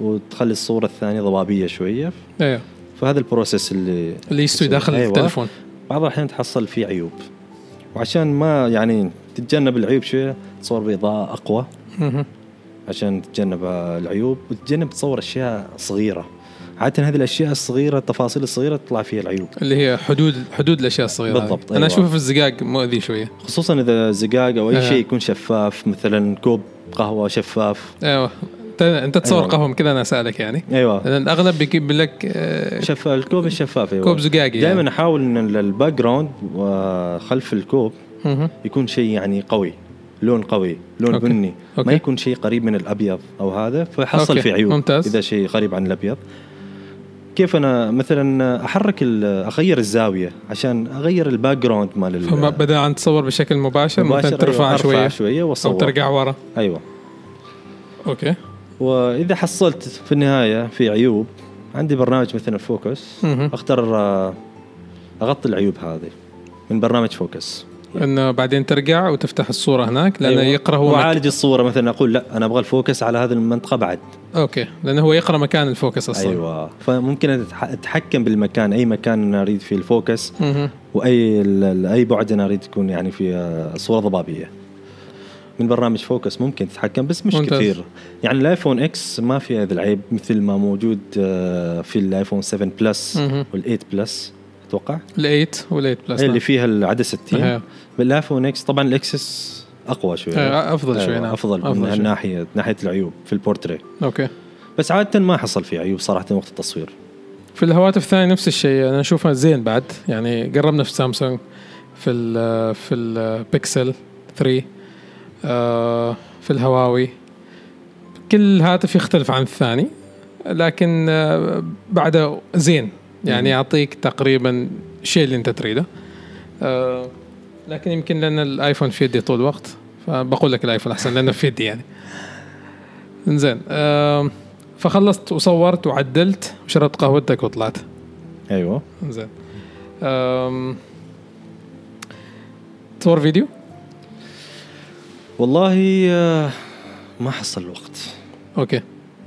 S2: وتخلي الصوره الثانيه ضبابيه شويه
S1: ايوه
S2: فهذا البروسيس اللي
S1: اللي يستوي داخل
S2: أيوة.
S1: التلفون
S2: بعض الاحيان تحصل فيه عيوب وعشان ما يعني تتجنب العيوب شويه تصور باضاءه اقوى
S1: مهم.
S2: عشان تتجنب العيوب وتتجنب تصور اشياء صغيره عاده هذه الاشياء الصغيره التفاصيل الصغيره تطلع فيها العيوب
S1: اللي هي حدود حدود الاشياء الصغيره هذه.
S2: بالضبط،
S1: انا
S2: أيوة.
S1: اشوفها في الزقاق مؤذي شويه
S2: خصوصا اذا زقاق او اي
S1: آه.
S2: شيء يكون شفاف مثلا كوب قهوه شفاف
S1: ايوه انت, انت تصور
S2: أيوة.
S1: قهوه من كذا انا اسالك يعني
S2: ايوه
S1: لان الاغلب بيجيب لك آه،
S2: شفاف الكوب الشفاف ايوه
S1: كوب يعني. زقاقي
S2: دائما احاول ان الباك جراوند خلف الكوب
S1: يعني. مهم.
S2: يكون شيء يعني قوي لون قوي لون
S1: أوكي.
S2: أوكي. بني
S1: أوكي.
S2: ما يكون شيء قريب من الابيض او هذا فحصل
S1: أوكي.
S2: في عيوب
S1: ممتاز.
S2: اذا شيء قريب عن الابيض كيف انا مثلا احرك ال- اغير الزاويه عشان اغير الباك جراوند مال ال-
S1: فما بدل عن تصور بشكل مباشر
S2: مباشر.
S1: مثلا ترفع
S2: أيوة، أرفع
S1: شويه
S2: شويه
S1: او
S2: واصور
S1: ترجع ورا
S2: ايوه
S1: اوكي
S2: واذا حصلت في النهايه في عيوب عندي برنامج مثلا فوكس
S1: مهم.
S2: اختار آه، اغطي العيوب هذه من برنامج فوكس
S1: انه بعدين ترجع وتفتح الصوره هناك لانه
S2: أيوة.
S1: يقرا هو مك...
S2: وأعالج الصوره مثلا اقول لا انا ابغى الفوكس على هذه المنطقه بعد
S1: اوكي لانه هو يقرا مكان الفوكس اصلا
S2: ايوه فممكن أتح- اتحكم بالمكان اي مكان انا اريد فيه الفوكس
S1: مهم.
S2: واي ال- ال- اي بعد انا اريد يكون يعني في آه، صوره ضبابيه من برنامج فوكس ممكن تتحكم بس مش
S1: ممتاز.
S2: ممتاز. كثير يعني الايفون اكس ما في هذا العيب مثل ما موجود آه، في الايفون 7 بلس
S1: مهم.
S2: وال8 بلس اتوقع
S1: الايت والايت بلس
S2: هي إيه، اللي
S1: نعم.
S2: فيها العدسه
S1: أيوة.
S2: التين بالايفون اكس طبعا الاكسس اقوى شوي
S1: أيوة، أفضل
S2: أيوة،
S1: شوي، نعم.
S2: افضل,
S1: أفضل
S2: من
S1: شوي.
S2: هالناحيه ناحيه العيوب في البورتري
S1: اوكي
S2: بس عاده ما حصل فيه عيوب صراحه وقت التصوير
S1: في الهواتف الثانيه نفس الشيء انا اشوفها زين بعد يعني قربنا في سامسونج في ال في البكسل 3 آه، في الهواوي كل هاتف يختلف عن الثاني لكن آه، بعده زين يعني يعطيك تقريبا الشيء اللي انت تريده آه، لكن يمكن لان الايفون في يدي طول الوقت فبقول لك الايفون احسن لانه في يدي يعني زين آه، فخلصت وصورت وعدلت وشربت قهوتك وطلعت
S2: ايوه
S1: زين أم، تصور فيديو
S2: والله آه، ما حصل وقت
S1: اوكي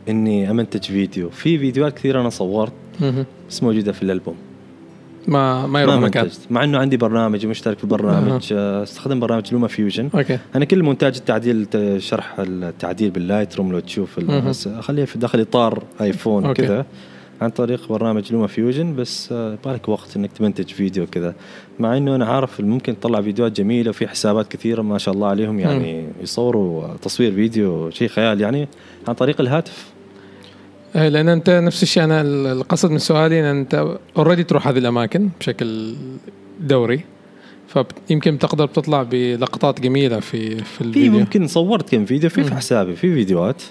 S2: اني امنتج فيديو في فيديوهات كثيره انا صورت
S1: مهم.
S2: بس موجوده في الالبوم
S1: ما ما
S2: ما
S1: يروح أيوة، مكان
S2: منتجت مع انه عندي برنامج ومشترك في برنامج آه، استخدم برنامج لوما فيوجن
S1: اوكي
S2: انا كل مونتاج التعديل ت- شرح التعديل باللايت روم لو تشوف ال-
S1: مهم.
S2: بس اخليها في داخل اطار ايفون
S1: أوكي.
S2: وكذا عن طريق برنامج لوما فيوجن بس آه، يبغالك وقت انك تمنتج فيديو كذا مع انه انا عارف ممكن تطلع فيديوهات جميله وفي حسابات كثيره ما شاء الله عليهم يعني يصوروا تصوير فيديو شيء خيال يعني عن طريق الهاتف
S1: إيه، لان انت نفس الشيء انا ال- القصد من سؤالي ان انت اوريدي تروح هذه الاماكن بشكل دوري فيمكن تقدر تطلع بلقطات جميله في في
S2: في
S1: الفيديو
S2: ممكن صورت كم فيديو في في
S1: مم.
S2: حسابي في فيديوهات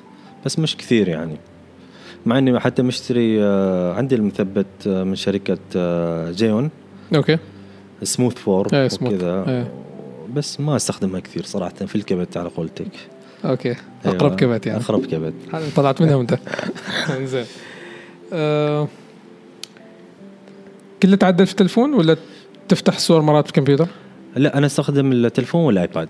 S2: بس مش كثير يعني مع اني حتى مشتري آه، عندي المثبت آه، من شركه آه، جيون
S1: اوكي
S2: سموث فور
S1: إيه، سموث.
S2: وكذا
S1: إيه.
S2: بس ما استخدمها كثير صراحه في الكبت على قولتك
S1: اوكي اقرب
S2: أيوة،
S1: كبت يعني
S2: اقرب كبت
S1: طلعت منها وانت زين أه، كله تعدل في التلفون ولا تفتح صور مرات في الكمبيوتر؟
S2: لا انا استخدم التلفون والايباد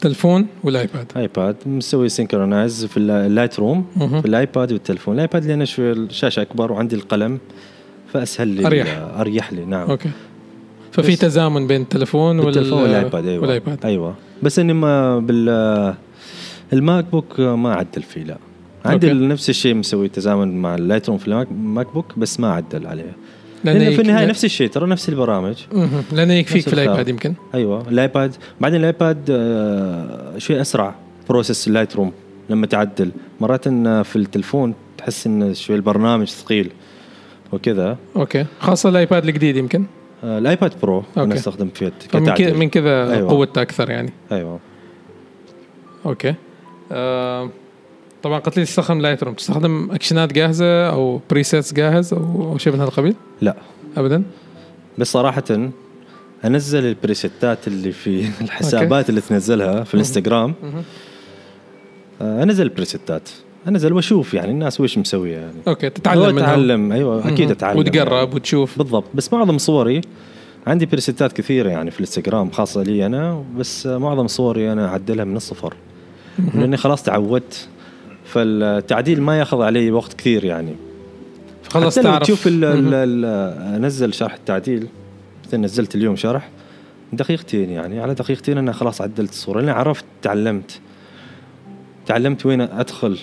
S1: تلفون والايباد
S2: ايباد مسوي سينكرونايز في اللا- اللايت روم
S1: مهم.
S2: في الايباد والتلفون الايباد لان شوي الشاشه اكبر وعندي القلم فاسهل لي
S1: أريح.
S2: اريح لي نعم
S1: اوكي ففي
S2: بس-
S1: تزامن بين التلفون وال
S2: بالتلفون والايباد ايوه
S1: والايباد
S2: ايوه بس اني ما بال الماك بوك ما اعدل فيه لا عندي
S1: أوكي.
S2: نفس الشيء مسوي تزامن مع اللايت روم في الماك ماك بوك بس ما اعدل عليه
S1: لأنه
S2: لانه
S1: يك-
S2: في النهايه
S1: لا-
S2: نفس الشيء ترى نفس البرامج
S1: مهم. لانه يكفيك
S2: نفس
S1: في الايباد
S2: الخيار.
S1: يمكن
S2: ايوه الايباد بعدين الايباد آه، شوي اسرع بروسس اللايت روم لما تعدل مرات إن في التلفون تحس ان شوي البرنامج ثقيل وكذا
S1: اوكي خاصه الايباد الجديد يمكن
S2: آه، الايباد برو انا
S1: أوكي.
S2: استخدم فيه
S1: فمن كذا
S2: كتعديل
S1: من كذا
S2: أيوة.
S1: قوته اكثر يعني
S2: ايوه
S1: اوكي آه طبعا قلت لي تستخدم لايت روم تستخدم اكشنات جاهزه او بريسيتس جاهز او أو شيء من هذا القبيل
S2: لا
S1: ابدا
S2: بس صراحة انزل البريستات اللي في الحسابات اللي تنزلها في الانستغرام
S1: مهم.
S2: آه، انزل البريستات انزل واشوف يعني الناس وش مسويه يعني
S1: اوكي تتعلم منها
S2: اتعلم ايوه اكيد
S1: مهم.
S2: اتعلم
S1: وتقرب وتشوف
S2: بالضبط بس معظم صوري عندي بريستات كثيره يعني في الانستغرام خاصه لي انا بس معظم صوري انا اعدلها من الصفر لاني خلاص تعودت فالتعديل ما ياخذ علي وقت كثير يعني
S1: خلاص
S2: حتى لو
S1: تعرف
S2: تشوف ال
S1: مهم.
S2: ال ال نزل شرح التعديل مثلا نزلت اليوم شرح دقيقتين يعني على دقيقتين انا خلاص عدلت الصوره لان عرفت تعلمت تعلمت وين ادخل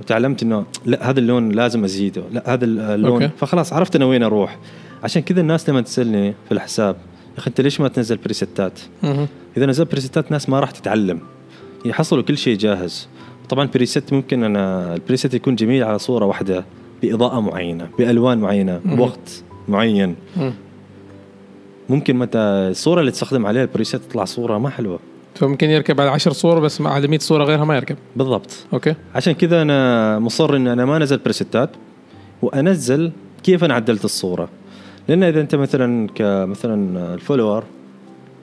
S2: وتعلمت انه لا هذا اللون لازم ازيده لا هذا ال- اللون
S1: أوكي.
S2: فخلاص عرفت انا وين اروح عشان كذا الناس لما تسالني في الحساب يا اخي انت ليش ما تنزل بريستات؟
S1: مهم.
S2: اذا نزلت بريستات ناس ما راح تتعلم يحصلوا كل شيء جاهز طبعا بريست ممكن انا البريست يكون جميل على صوره واحده باضاءه معينه بالوان معينه بوقت معين
S1: مهم.
S2: ممكن متى الصوره اللي تستخدم عليها البريست تطلع صوره ما حلوه
S1: فممكن يركب على 10 صور بس مع على 100 صوره غيرها ما يركب
S2: بالضبط
S1: اوكي
S2: عشان كذا انا مصر ان انا ما انزل بريستات وانزل كيف انا عدلت الصوره لان اذا انت مثلا كمثلا الفولور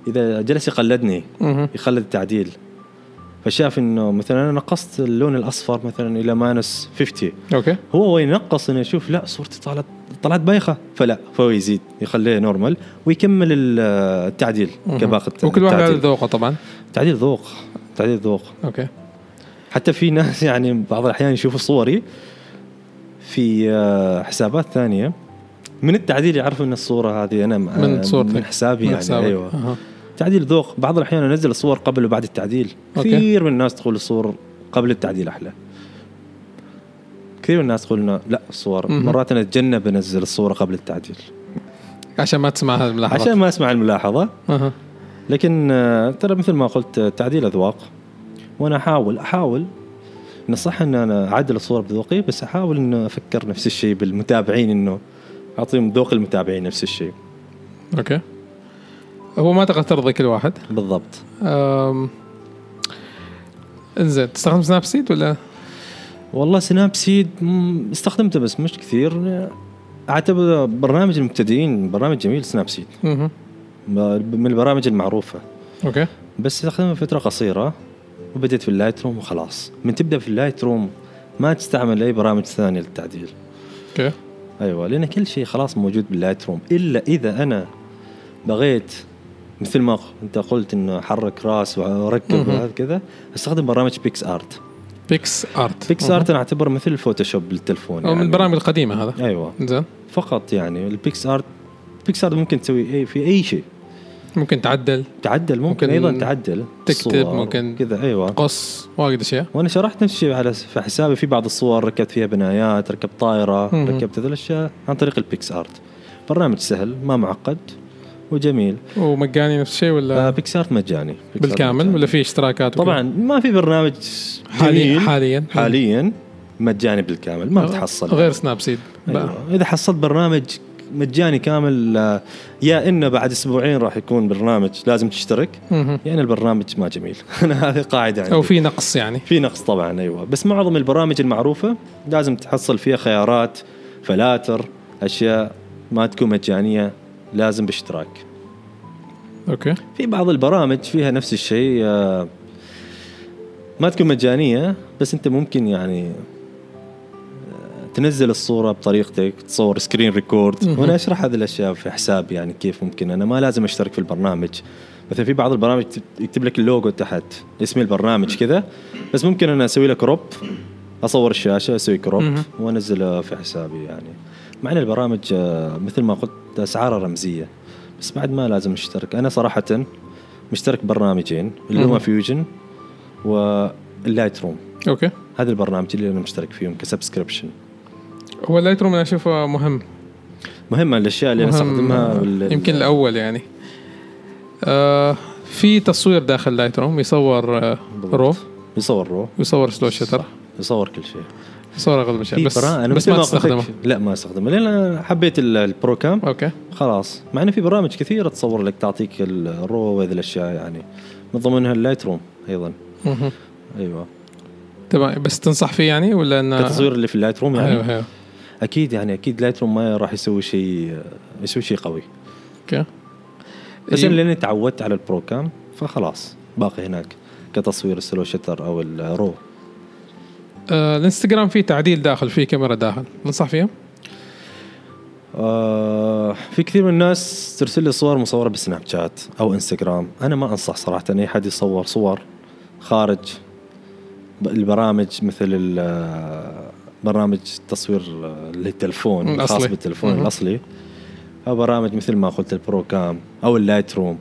S2: اذا جلس يقلدني
S1: مهم.
S2: يخلد التعديل فشاف انه مثلا انا نقصت اللون الاصفر مثلا الى ماينس 50
S1: اوكي
S2: هو هو ينقص انه يشوف لا صورتي طالت طلعت بايخه فلا فهو يزيد يخليه نورمال ويكمل ال- التعديل
S1: مهم.
S2: كباقه
S1: وكل واحد على
S2: التعديل.
S1: ذوقه طبعا
S2: تعديل ذوق تعديل ذوق
S1: اوكي
S2: حتى في ناس يعني بعض الاحيان يشوفوا صوري في آه، حسابات ثانيه من التعديل يعرفوا ان الصوره هذه انا م-
S1: من
S2: آه،
S1: صورتك.
S2: من حسابي
S1: من
S2: يعني
S1: حسابك.
S2: ايوه
S1: أها.
S2: تعديل ذوق بعض الاحيان انزل الصور قبل وبعد التعديل
S1: أوكي.
S2: كثير من الناس تقول الصور قبل التعديل احلى كثير من الناس تقول إنه لا الصور
S1: مهم.
S2: مرات انا اتجنب انزل الصوره قبل التعديل
S1: عشان ما تسمع هذه الملاحظات
S2: عشان ما اسمع الملاحظه
S1: أها.
S2: لكن آه، ترى مثل ما قلت آه، تعديل اذواق وانا احاول احاول إن صح ان انا اعدل الصوره بذوقي بس احاول ان افكر نفس الشيء بالمتابعين انه اعطيهم ذوق المتابعين نفس الشيء
S1: اوكي هو ما تقدر ترضي كل واحد
S2: بالضبط
S1: أم... انزين تستخدم سناب سيد ولا
S2: والله سناب سيد مم، استخدمته بس مش كثير اعتبره برنامج المبتدئين برنامج جميل سناب سيد
S1: مهم.
S2: ب- من البرامج المعروفه
S1: اوكي
S2: بس استخدمها فتره قصيره وبدأت في اللايت روم وخلاص من تبدا في اللايت روم ما تستعمل اي برامج ثانيه للتعديل
S1: اوكي
S2: ايوه لان كل شيء خلاص موجود باللايت روم الا اذا انا بغيت مثل ما انت قلت انه حرك راس واركب
S1: مهم.
S2: وهذا كذا استخدم برامج بيكس ارت
S1: بيكس ارت
S2: بيكس ارت انا اعتبره مثل الفوتوشوب للتلفون يعني.
S1: او من البرامج القديمه هذا
S2: ايوه
S1: زين
S2: فقط يعني البيكس ارت بيكس ارت ممكن تسوي اي في اي شيء
S1: ممكن تعدل
S2: تعدل ممكن,
S1: ممكن
S2: ايضا تعدل
S1: تكتب،
S2: الصور،
S1: ممكن
S2: كذا ايوه
S1: قص واجد اشياء
S2: وانا شرحت نفس الشيء على في حسابي في بعض الصور ركبت فيها بنايات ركبت طائره
S1: مهم.
S2: ركبت هذه الاشياء عن طريق البيكس ارت برنامج سهل ما معقد وجميل
S1: ومجاني نفس الشيء ولا
S2: آه بيكس ارت مجاني بيكس آرت
S1: بالكامل
S2: مجاني.
S1: ولا في اشتراكات وكذا؟
S2: طبعا ما في برنامج
S1: حاليا
S2: جميل
S1: حاليا
S2: حاليا مجاني بالكامل ما بتحصل
S1: آه، غير سناب سيد بقى.
S2: أيوة. اذا حصلت برنامج مجاني كامل آه، يا انه بعد اسبوعين راح يكون برنامج لازم تشترك
S1: مهم.
S2: يا ان البرنامج ما جميل انا هذه قاعده عندي
S1: او في نقص يعني
S2: في نقص طبعا ايوه بس معظم البرامج المعروفه لازم تحصل فيها خيارات فلاتر اشياء ما تكون مجانيه لازم باشتراك
S1: اوكي
S2: في بعض البرامج فيها نفس الشيء آه، ما تكون مجانيه بس انت ممكن يعني آه، تنزل الصوره بطريقتك تصور سكرين ريكورد
S1: مهم.
S2: وانا اشرح هذه الاشياء في حسابي يعني كيف ممكن انا ما لازم اشترك في البرنامج مثلا في بعض البرامج تكتب- يكتب لك اللوجو تحت اسم البرنامج كذا بس ممكن انا اسوي له كروب اصور الشاشه اسوي كروب
S1: مهم.
S2: وانزله في حسابي يعني مع ان البرامج آه، مثل ما قلت اسعارها رمزيه بس بعد ما لازم اشترك انا صراحه مشترك برنامجين اللي
S1: مهم.
S2: هما فيوجن واللايت روم
S1: اوكي
S2: هذا البرنامج اللي انا مشترك فيهم كسبسكريبشن
S1: هو اللايت روم انا اشوفه مهم
S2: مهمه الاشياء اللي انا
S1: مهم.
S2: يعني استخدمها وال-
S1: يمكن الاول يعني آه في تصوير داخل لايت روم يصور آه
S2: بالضبط.
S1: رو
S2: يصور رو
S1: ويصور سلو شتر
S2: يصور كل شيء
S1: يصور اغلب
S2: في
S1: الاشياء بس
S2: برا- أنا
S1: بس
S2: مثل
S1: ما
S2: قلت لك،
S1: تستخدمه
S2: لا ما استخدمه لان أنا حبيت ال- البرو كام
S1: اوكي
S2: خلاص مع انه في برامج كثيره تصور لك تعطيك ال- الرو وهذه الاشياء يعني من ضمنها اللايت روم ايضا
S1: مهم.
S2: ايوه
S1: تمام بس تنصح فيه يعني ولا انه
S2: التصوير اللي في اللايت روم يعني
S1: ايوه ايوه
S2: اكيد يعني اكيد لايت روم ما راح يسوي شيء يسوي شيء قوي
S1: اوكي
S2: بس
S1: يم-
S2: انا لاني تعودت على البرو كام فخلاص باقي هناك كتصوير السلو شتر او الرو
S1: آه الانستغرام فيه تعديل داخل فيه كاميرا داخل تنصح فيها؟
S2: آه في كثير من الناس ترسل لي صور مصوره بسناب شات او انستغرام انا ما انصح صراحه اي حد يصور صور خارج ب- البرامج مثل ال- آه، برامج التصوير آه، للتلفون
S1: الأصلي.
S2: الخاص بالتلفون
S1: مهم.
S2: الاصلي او برامج مثل ما قلت البرو كام او اللايت روم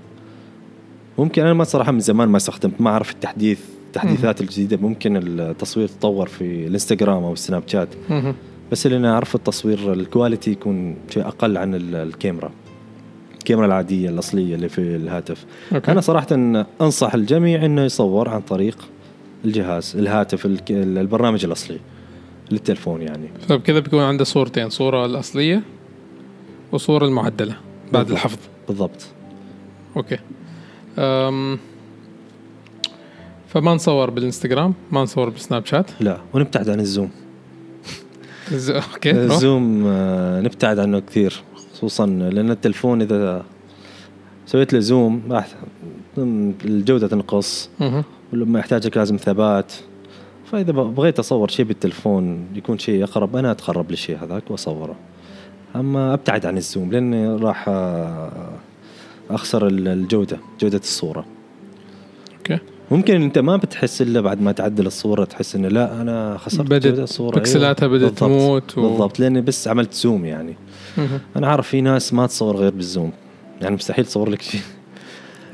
S2: ممكن انا ما صراحه من زمان ما استخدمت ما اعرف التحديث التحديثات الجديده ممكن التصوير تطور في الانستغرام او السناب شات
S1: مهم.
S2: بس اللي انا اعرفه التصوير الكواليتي يكون شيء اقل عن ال- الكاميرا الكاميرا العاديه الاصليه اللي في الهاتف
S1: اوكي
S2: انا صراحه انصح الجميع انه يصور عن طريق الجهاز الهاتف الك- البرنامج الاصلي للتلفون يعني
S1: فبكذا طيب، بيكون عنده صورتين صورة الأصلية وصورة المعدلة بعد
S2: بالضبط.
S1: الحفظ
S2: بالضبط
S1: أوكي أم فما نصور بالانستغرام ما نصور بالسناب شات
S2: لا ونبتعد عن الزوم
S1: ز- أوكي أوه.
S2: الزوم آه، نبتعد عنه كثير خصوصا لان التلفون اذا سويت له زوم راح الجوده تنقص
S1: مهم.
S2: ولما يحتاج لك لازم ثبات فاذا ب- بغيت اصور شيء بالتلفون يكون شيء اقرب انا اتقرب للشيء هذاك واصوره اما ابتعد عن الزوم لاني راح آه، اخسر ال- الجوده جوده الصوره
S1: اوكي
S2: ممكن انت ما بتحس الا بعد ما تعدل الصوره تحس انه لا انا خسرت
S1: بدت
S2: جودة الصوره أيوة.
S1: بكسلاتها بدت
S2: بالضبط.
S1: تموت و-
S2: بالضبط لاني بس عملت زوم يعني
S1: مهم.
S2: انا عارف في ناس ما تصور غير بالزوم يعني مستحيل تصور لك شيء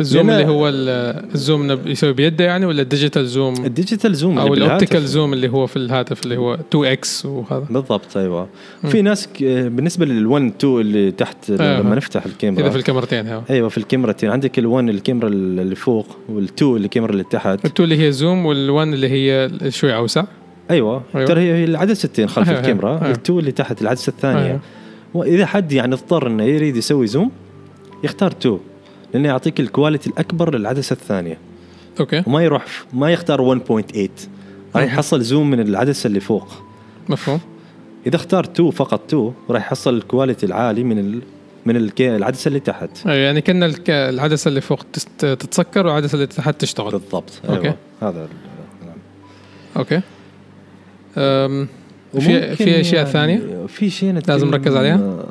S1: الزوم
S2: لأن-
S1: اللي هو ال- الزوم نب- يسوي بيده يعني ولا الديجيتال زوم
S2: الديجيتال زوم
S1: او
S2: اللي
S1: الاوبتيكال
S2: بالهاتف.
S1: زوم اللي هو في الهاتف اللي هو 2 اكس وهذا
S2: بالضبط ايوه
S1: مم.
S2: في ناس ك- بالنسبه لل1 2 اللي تحت
S1: آه.
S2: لما نفتح الكاميرا
S1: اذا في الكاميرتين ها
S2: ايوه في الكاميرتين عندك ال1 الكاميرا اللي فوق وال2 الكاميرا اللي تحت
S1: التو اللي هي زوم والوان اللي هي شوي اوسع
S2: ايوه,
S1: أيوة.
S2: ترى هي هي العدستين خلف
S1: أيوة،
S2: الكاميرا
S1: أيوة.
S2: ال2 اللي تحت العدسه الثانيه
S1: أيوة.
S2: واذا حد يعني اضطر انه يريد يسوي زوم يختار 2 لانه يعطيك الكواليتي الاكبر للعدسه الثانيه
S1: اوكي
S2: وما يروح ما يختار 1.8 راح
S1: أيوة.
S2: يحصل زوم من العدسه اللي فوق
S1: مفهوم
S2: اذا اختار 2 فقط 2 راح يحصل الكواليتي العالي من ال... من الك- العدسه اللي تحت
S1: أيوة، يعني كان الك- العدسه اللي فوق تست- تتسكر والعدسه اللي تحت تشتغل
S2: بالضبط
S1: أوكي.
S2: ايوه هذا ال- نعم.
S1: اوكي أم، في
S2: وممكن
S1: في اشياء
S2: يعني
S1: ثانيه
S2: في شيء نتكلم-
S1: لازم نركز عليها؟
S2: آه،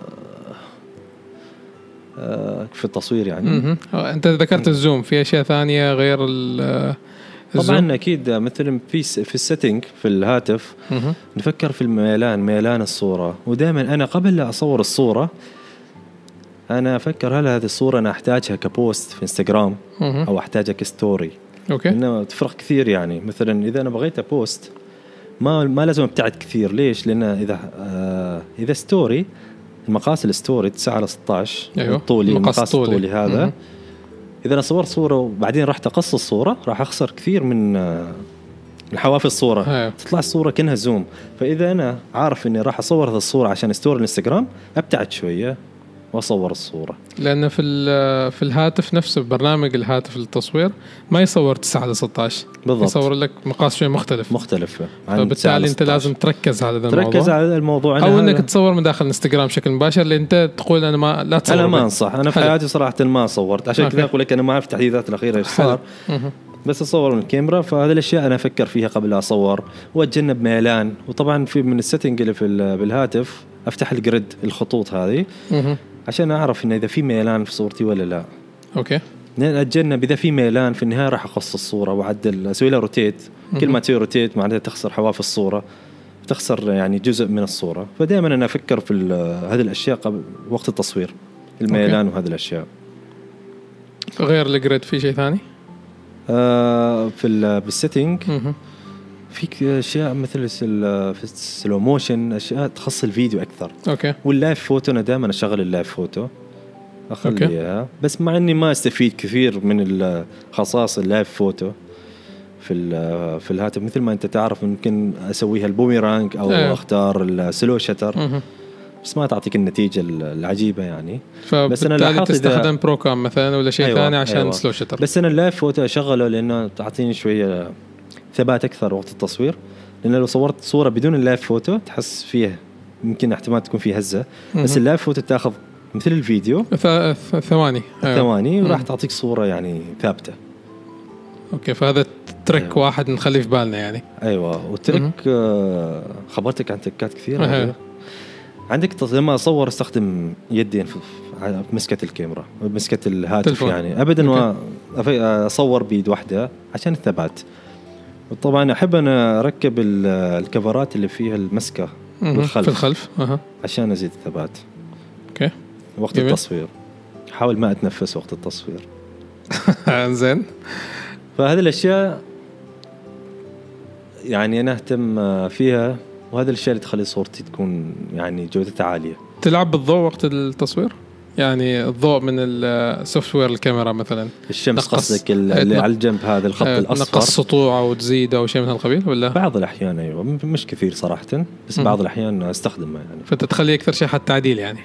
S2: آه، في التصوير يعني
S1: مهم. آه، انت ذكرت الزوم في اشياء ثانيه غير ال- آه، الزوم
S2: طبعا اكيد مثلا في س- في السيتنج في الهاتف
S1: مهم.
S2: نفكر في الميلان ميلان الصوره ودائما انا قبل لا اصور الصوره انا افكر هل هذه الصوره انا احتاجها كبوست في انستغرام
S1: مهم.
S2: او احتاجها كستوري
S1: اوكي
S2: انما تفرق كثير يعني مثلا اذا انا بغيت ابوست ما ما لازم ابتعد كثير ليش؟ لان اذا آه اذا ستوري المقاس الستوري 9 على 16
S1: أيوه،
S2: الطولي
S1: مقاس
S2: المقاس
S1: طولي.
S2: الطولي هذا
S1: مم.
S2: اذا انا صورت صوره وبعدين رحت اقص الصوره راح اخسر كثير من آه من حواف الصوره
S1: أيوه.
S2: تطلع الصوره كانها زوم فاذا انا عارف اني راح اصور هذه الصوره عشان ستوري الانستغرام ابتعد شويه واصور الصوره
S1: لان في ال- في الهاتف نفسه برنامج الهاتف للتصوير ما يصور 9 على 16
S2: بالضبط.
S1: يصور لك مقاس شوي مختلف
S2: مختلفه عن 9 على
S1: فبالتالي انت
S2: 16.
S1: لازم تركز على هذا الموضوع
S2: تركز على الموضوع أنا
S1: او
S2: هذا-
S1: انك تصور من داخل انستغرام بشكل مباشر اللي انت تقول انا ما لا تصور
S2: انا ما
S1: بك.
S2: انصح انا في
S1: حلو.
S2: حياتي صراحه ما صورت عشان
S1: أوكي.
S2: كذا اقول لك انا ما اعرف التحديثات الاخيره ايش صار
S1: مهم.
S2: بس اصور من الكاميرا فهذه الاشياء انا افكر فيها قبل لا اصور واتجنب ما اعلان وطبعا في من السيتنج اللي في ال- بالهاتف افتح الجريد الخطوط هذه
S1: مهم.
S2: عشان اعرف انه اذا في ميلان في صورتي ولا لا
S1: اوكي
S2: لان اتجنب اذا في ميلان في النهايه راح اقص الصوره واعدل اسوي لها روتيت كل ما تسوي روتيت معناتها تخسر حواف الصوره تخسر يعني جزء من الصوره فدائما انا افكر في ال- هذه الاشياء قبل وقت التصوير الميلان وهذه الاشياء
S1: غير الجريد في شيء ثاني
S2: آه، في ال- بالسيتنج
S1: مهم.
S2: في ك- اشياء مثل السل- في السلو موشن اشياء تخص الفيديو اكثر
S1: اوكي
S2: واللايف فوتو انا دائما اشغل اللايف فوتو
S1: أوكي.
S2: اخليها بس مع اني ما استفيد كثير من ال- خصائص اللايف فوتو في ال- في الهاتف مثل ما انت تعرف ممكن اسويها البوميرانج او
S1: أيوه.
S2: اختار السلو شتر
S1: مهم.
S2: بس ما تعطيك النتيجه ال- العجيبه يعني
S1: فبالتالي
S2: لاحظت إذا-
S1: تستخدم برو كام مثلا ولا شيء
S2: أيوة،
S1: ثاني عشان
S2: أيوة.
S1: سلو شتر
S2: بس انا اللايف فوتو اشغله لانه تعطيني شويه ثبات اكثر وقت التصوير لانه لو صورت صوره بدون اللايف فوتو تحس فيه يمكن احتمال تكون فيه هزه بس
S1: مهم.
S2: اللايف فوتو تاخذ مثل الفيديو
S1: ث- ث- ثواني أيوة.
S2: ثواني وراح
S1: مم.
S2: تعطيك صوره يعني ثابته
S1: اوكي فهذا ترك
S2: أيوة.
S1: واحد نخليه في بالنا يعني
S2: ايوه
S1: مهم. أيوه.
S2: وترك آه، خبرتك عن تكات كثيره
S1: أها.
S2: هذه. عندك تص- لما اصور استخدم يدين في في- على مسكه الكاميرا مسكه الهاتف
S1: تلفون.
S2: تلفون. يعني ابدا
S1: أوكي.
S2: ما أف- اصور بيد واحده عشان الثبات وطبعا احب انا اركب ال- الكفرات اللي فيها المسكه
S1: مهم.
S2: بالخلف.
S1: في الخلف اها
S2: عشان ازيد الثبات
S1: اوكي
S2: وقت
S1: جميل.
S2: التصوير حاول ما اتنفس وقت التصوير
S1: زين
S2: فهذه الاشياء يعني انا اهتم آه، فيها وهذه الاشياء اللي تخلي صورتي تكون يعني جودتها عاليه
S1: تلعب بالضوء وقت التصوير؟ يعني الضوء من السوفت وير الكاميرا مثلا
S2: الشمس
S1: نقص.
S2: قصدك ال-
S1: آه،
S2: اللي
S1: نق-
S2: على الجنب هذا الخط
S1: آه،
S2: الاصفر
S1: نقص سطوع او تزيد او شيء من هالقبيل ولا؟
S2: بعض الاحيان ايوه م- مش كثير صراحه بس
S1: مم.
S2: بعض الاحيان استخدمه يعني
S1: فانت تخليه اكثر شيء حتى تعديل يعني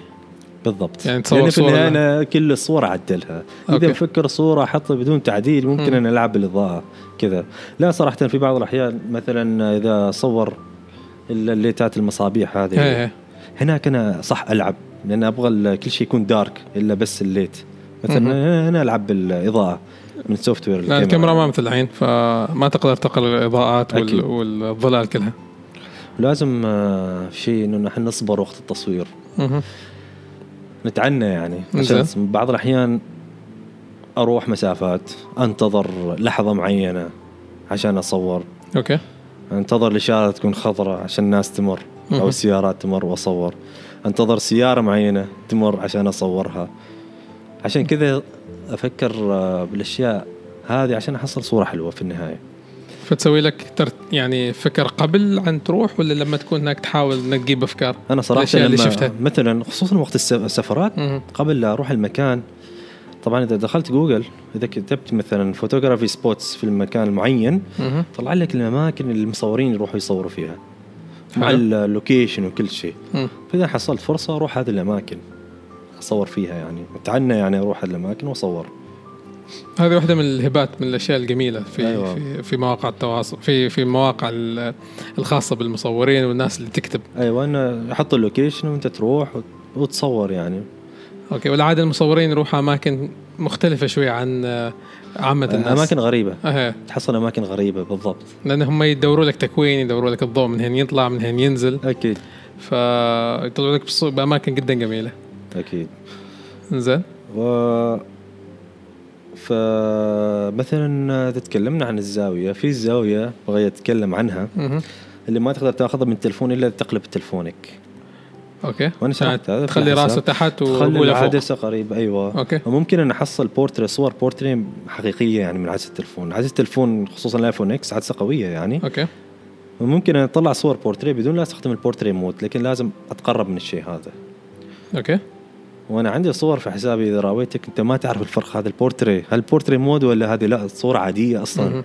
S2: بالضبط
S1: يعني تصور
S2: لأن في
S1: صورة
S2: النهايه
S1: لها.
S2: انا كل الصوره اعدلها
S1: أوكي.
S2: اذا بفكر صوره احطها بدون تعديل ممكن
S1: مم.
S2: انا العب بالاضاءه كذا لا صراحه في بعض الاحيان مثلا اذا صور ال- اللي تات المصابيح هذه
S1: هي هي.
S2: هناك انا صح العب لان ابغى ال- كل شيء يكون دارك الا بس الليت مثلا
S1: مهم.
S2: انا أنا العب بالاضاءه من السوفت وير
S1: لان الكاميرا ما مثل العين فما تقدر تقرا الاضاءات وال...
S2: أكيد.
S1: والظلال كلها
S2: لازم آه، شيء انه نحن نصبر وقت التصوير
S1: مهم.
S2: نتعنى يعني
S1: إنزين.
S2: عشان بعض الاحيان اروح مسافات انتظر لحظه معينه عشان اصور
S1: اوكي
S2: انتظر الاشاره تكون خضراء عشان الناس تمر
S1: مهم.
S2: او السيارات تمر واصور انتظر سياره معينه تمر عشان اصورها عشان كذا افكر آه، بالاشياء هذه عشان احصل صوره حلوه في النهايه
S1: فتسوي لك ترت... يعني فكر قبل ان تروح ولا لما تكون هناك تحاول انك تجيب افكار
S2: انا صراحه
S1: الأشياء اللي
S2: لما
S1: شفتها.
S2: مثلا خصوصا وقت الس- السفرات
S1: مهم.
S2: قبل لا اروح المكان طبعا اذا دخلت جوجل اذا كتبت مثلا فوتوغرافي سبوتس في المكان المعين
S1: مهم.
S2: طلع لك الاماكن اللي المصورين يروحوا يصوروا فيها مع
S1: حلو.
S2: اللوكيشن وكل شيء
S1: مم.
S2: فاذا حصلت فرصه اروح هذه الاماكن اصور فيها يعني اتعنى يعني اروح هذه الاماكن واصور
S1: هذه واحدة من الهبات من الأشياء الجميلة في أيوة.
S2: أيوة.
S1: في في مواقع التواصل في في المواقع ال- الخاصة بالمصورين والناس اللي تكتب
S2: ايوه انا احط اللوكيشن وانت تروح وت- وتصور يعني
S1: أوكي والعادة المصورين يروحوا أماكن مختلفة شوية عن آه، عامة الناس
S2: اماكن غريبه
S1: أه.
S2: تحصل اماكن غريبه بالضبط
S1: لأن هم يدوروا لك تكوين يدوروا لك الضوء من هنا يطلع من هنا ينزل
S2: اكيد
S1: فيطلعوا لك بصو- بأماكن جدا جميلة
S2: اكيد
S1: زين
S2: و فمثلا اذا تكلمنا عن الزاويه في زاويه بغيت اتكلم عنها
S1: مهم.
S2: اللي ما تقدر تاخذها من التلفون الا تقلب تلفونك
S1: أوكي آه،
S2: وأنا شرحت هذا في
S1: تخلي
S2: الحساب.
S1: راسه تحت
S2: تخلي
S1: ولا فوق آه.
S2: العدسه قريب ايوه
S1: أوكي.
S2: وممكن ان احصل بورتري صور بورتري حقيقيه يعني من عدسه التلفون عدسه التلفون خصوصا الايفون اكس عدسه قويه يعني
S1: أوكي
S2: وممكن ان اطلع صور بورتري بدون لا استخدم البورتري مود لكن لازم اتقرب من الشيء هذا
S1: أوكي
S2: وانا عندي صور في حسابي اذا راويتك انت ما تعرف الفرق هذا البورتري هل البورتري مود ولا هذه لا صوره عاديه اصلا
S1: مهم.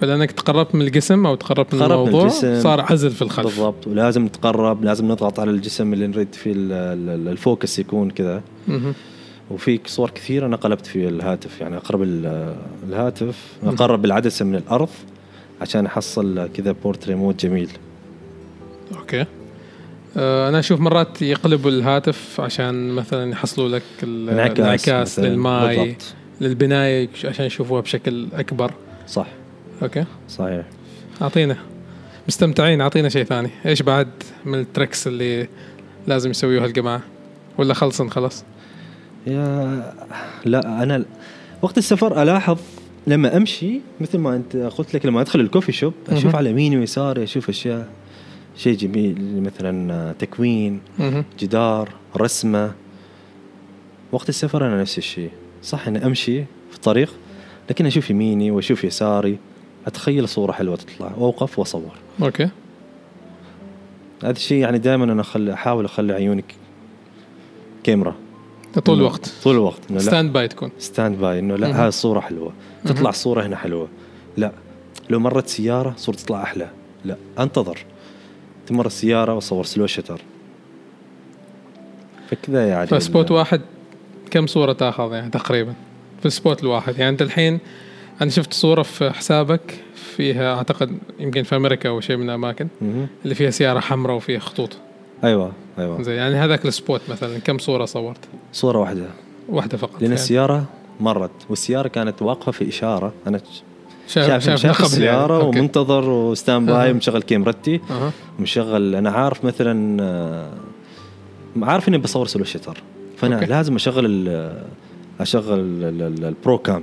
S1: فلانك تقربت من الجسم او تقربت من
S2: طيب. تقربت من
S1: الموضوع
S2: الجسم.
S1: صار عزل في الخلف
S2: بالضبط ولازم نتقرب لازم نضغط على الجسم اللي نريد فيه ال- ال- الفوكس يكون كذا
S1: مهم.
S2: وفي صور كثيره انا قلبت في الهاتف يعني اقرب ال- الهاتف اقرب العدسه من الارض عشان احصل كذا بورتري مود جميل
S1: اوكي آه، انا اشوف مرات يقلبوا الهاتف عشان مثلا يحصلوا لك ال- الانعكاس
S2: مثلاً.
S1: للماي
S2: بالضبط
S1: للبنايه عشان يشوفوها بشكل اكبر
S2: صح
S1: اوكي
S2: صحيح
S1: اعطينا مستمتعين اعطينا شيء ثاني ايش بعد من التركس اللي لازم يسويوها الجماعه ولا خلصن خلاص
S2: يا لا انا وقت السفر الاحظ لما امشي مثل ما انت قلت لك لما ادخل الكوفي شوب اشوف
S1: مهم.
S2: على يميني ويساري اشوف اشياء شيء جميل مثلا تكوين
S1: مهم.
S2: جدار رسمه وقت السفر انا نفس الشيء صح اني امشي في الطريق لكن اشوف يميني واشوف يساري اتخيل صوره حلوه تطلع واوقف واصور
S1: اوكي
S2: هذا الشيء يعني دائما انا أخلي احاول اخلي عيونك كاميرا
S1: طول الوقت
S2: طول الوقت إنه لا
S1: ستاند باي تكون
S2: ستاند باي انه
S1: مهم.
S2: لا هاي الصوره حلوه
S1: مهم.
S2: تطلع الصوره هنا حلوه لا لو مرت سياره صورة تطلع احلى لا انتظر تمر السياره واصور سلو شتر فكذا يعني
S1: فسبوت
S2: ال-
S1: واحد كم صورة تاخذ يعني تقريبا في السبوت الواحد يعني انت الحين انا شفت صورة في حسابك فيها اعتقد يمكن في امريكا او شيء من الاماكن
S2: مهم.
S1: اللي فيها سيارة حمراء وفيها خطوط
S2: ايوه ايوه
S1: زي يعني هذاك السبوت مثلا كم صورة صورت؟
S2: صوره واحده
S1: واحدة فقط
S2: لان
S1: يعني.
S2: السياره مرت والسياره كانت واقفه في اشاره انا ش-
S1: شايف
S2: شايف شايف, شايف
S1: نخب
S2: السياره
S1: يعني. أوكي.
S2: ومنتظر وستاند باي
S1: أها.
S2: ومشغل كاميرتي
S1: أها.
S2: مشغل انا عارف مثلا آه، عارف اني بصور سلو شتر فانا
S1: أوكي.
S2: أوكي. لازم اشغل ال- اشغل ال- ال- البرو كام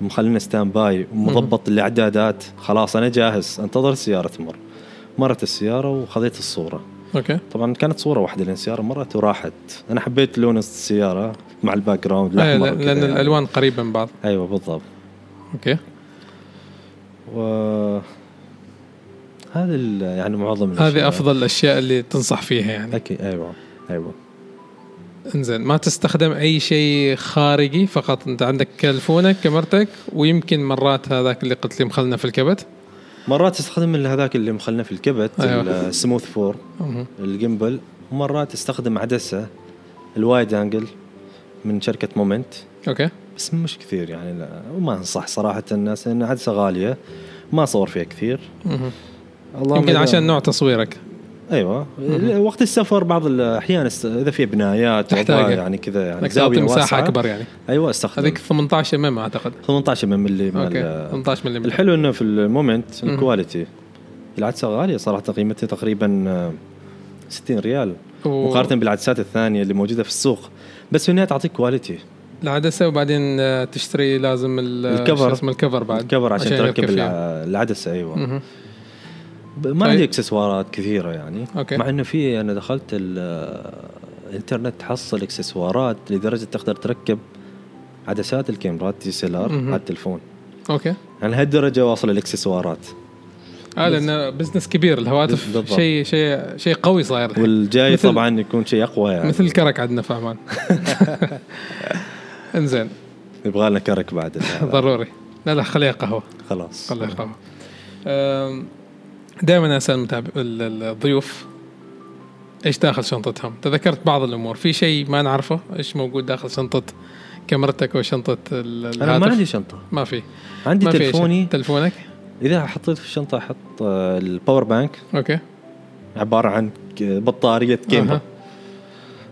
S2: مخلينا ستاند باي ومضبط الاعدادات خلاص انا جاهز انتظر السياره تمر مرت السياره وخذيت الصوره
S1: اوكي
S2: طبعا كانت صوره واحده لان السياره مرت وراحت انا حبيت لون السياره مع الباك جراوند
S1: أي،
S2: الاحمر
S1: لان
S2: وكذا يعني.
S1: الالوان قريبة من بعض
S2: ايوه بالضبط
S1: اوكي
S2: و هذا ال- يعني معظم الأشياء.
S1: هذه افضل الاشياء اللي تنصح فيها يعني
S2: اكيد ايوه ايوه
S1: انزين ما تستخدم اي شيء خارجي فقط انت عندك تلفونك كاميرتك ويمكن مرات هذاك اللي قلت لي مخلنا في الكبت
S2: مرات استخدم ال- هذاك اللي مخلنا في الكبت
S1: أيوة.
S2: أيوة. السموث فور
S1: مهم.
S2: الجيمبل ومرات استخدم عدسه الوايد انجل من شركه مومنت
S1: اوكي
S2: بس مش كثير يعني لا وما انصح صراحه الناس لان عدسه غاليه ما صور فيها كثير
S1: مهم.
S2: الله
S1: يمكن
S2: ما-
S1: عشان نوع تصويرك
S2: ايوه وقت السفر بعض الاحيان است- اذا في بنايات
S1: تحتاج.
S2: وضع يعني كذا يعني
S1: انك تعطي
S2: زاويه
S1: مساحه
S2: واسعه
S1: اكبر يعني
S2: ايوه استخدم
S1: هذيك
S2: هذيك
S1: 18 مم اعتقد
S2: 18 ملي من
S1: اوكي
S2: ال-
S1: 18 ملم
S2: الحلو انه في المومنت
S1: مم.
S2: الكواليتي العدسه غاليه صراحه قيمتها تقريبا آه، 60 ريال
S1: و-
S2: مقارنه بالعدسات الثانيه اللي موجوده في السوق بس في النهايه تعطيك كواليتي
S1: العدسه وبعدين آه، تشتري لازم ال-
S2: الكفر.
S1: شو اسمه الكفر بعد
S2: الكفر عشان, تركب
S1: يركب فيها.
S2: الع- العدسه ايوه
S1: مهم.
S2: ب- ما
S1: طيب.
S2: عندي اكسسوارات كثيره يعني
S1: أوكي.
S2: مع انه في انا دخلت ال- آه، الانترنت تحصل اكسسوارات لدرجه تقدر تركب عدسات الكاميرات دي سي ار
S1: مهم.
S2: على التلفون
S1: اوكي
S2: يعني لهالدرجه واصل الاكسسوارات
S1: اه لان بزنس كبير الهواتف
S2: بالضبط.
S1: شيء شيء شيء قوي صاير الحين.
S2: والجاي
S1: مثل-
S2: طبعا يكون شيء اقوى يعني
S1: مثل الكرك عندنا في عمان انزين
S2: يبغى لنا كرك بعد ال-
S1: ضروري لا لا خليها قهوه
S2: خلاص
S1: خليها قهوه دائما اسال المتابع ال- ال- الضيوف ايش داخل شنطتهم تذكرت بعض الامور في شيء ما نعرفه ايش موجود داخل شنطه كاميرتك وشنطه ال-
S2: انا ما
S1: الهاتف؟
S2: عندي شنطه
S1: ما في
S2: عندي
S1: ما في شيء.
S2: تلفوني
S1: تلفونك
S2: اذا حطيت في الشنطه احط آه، الباور بانك
S1: اوكيه
S2: عباره عن ك- بطاريه كاميرا
S1: أها.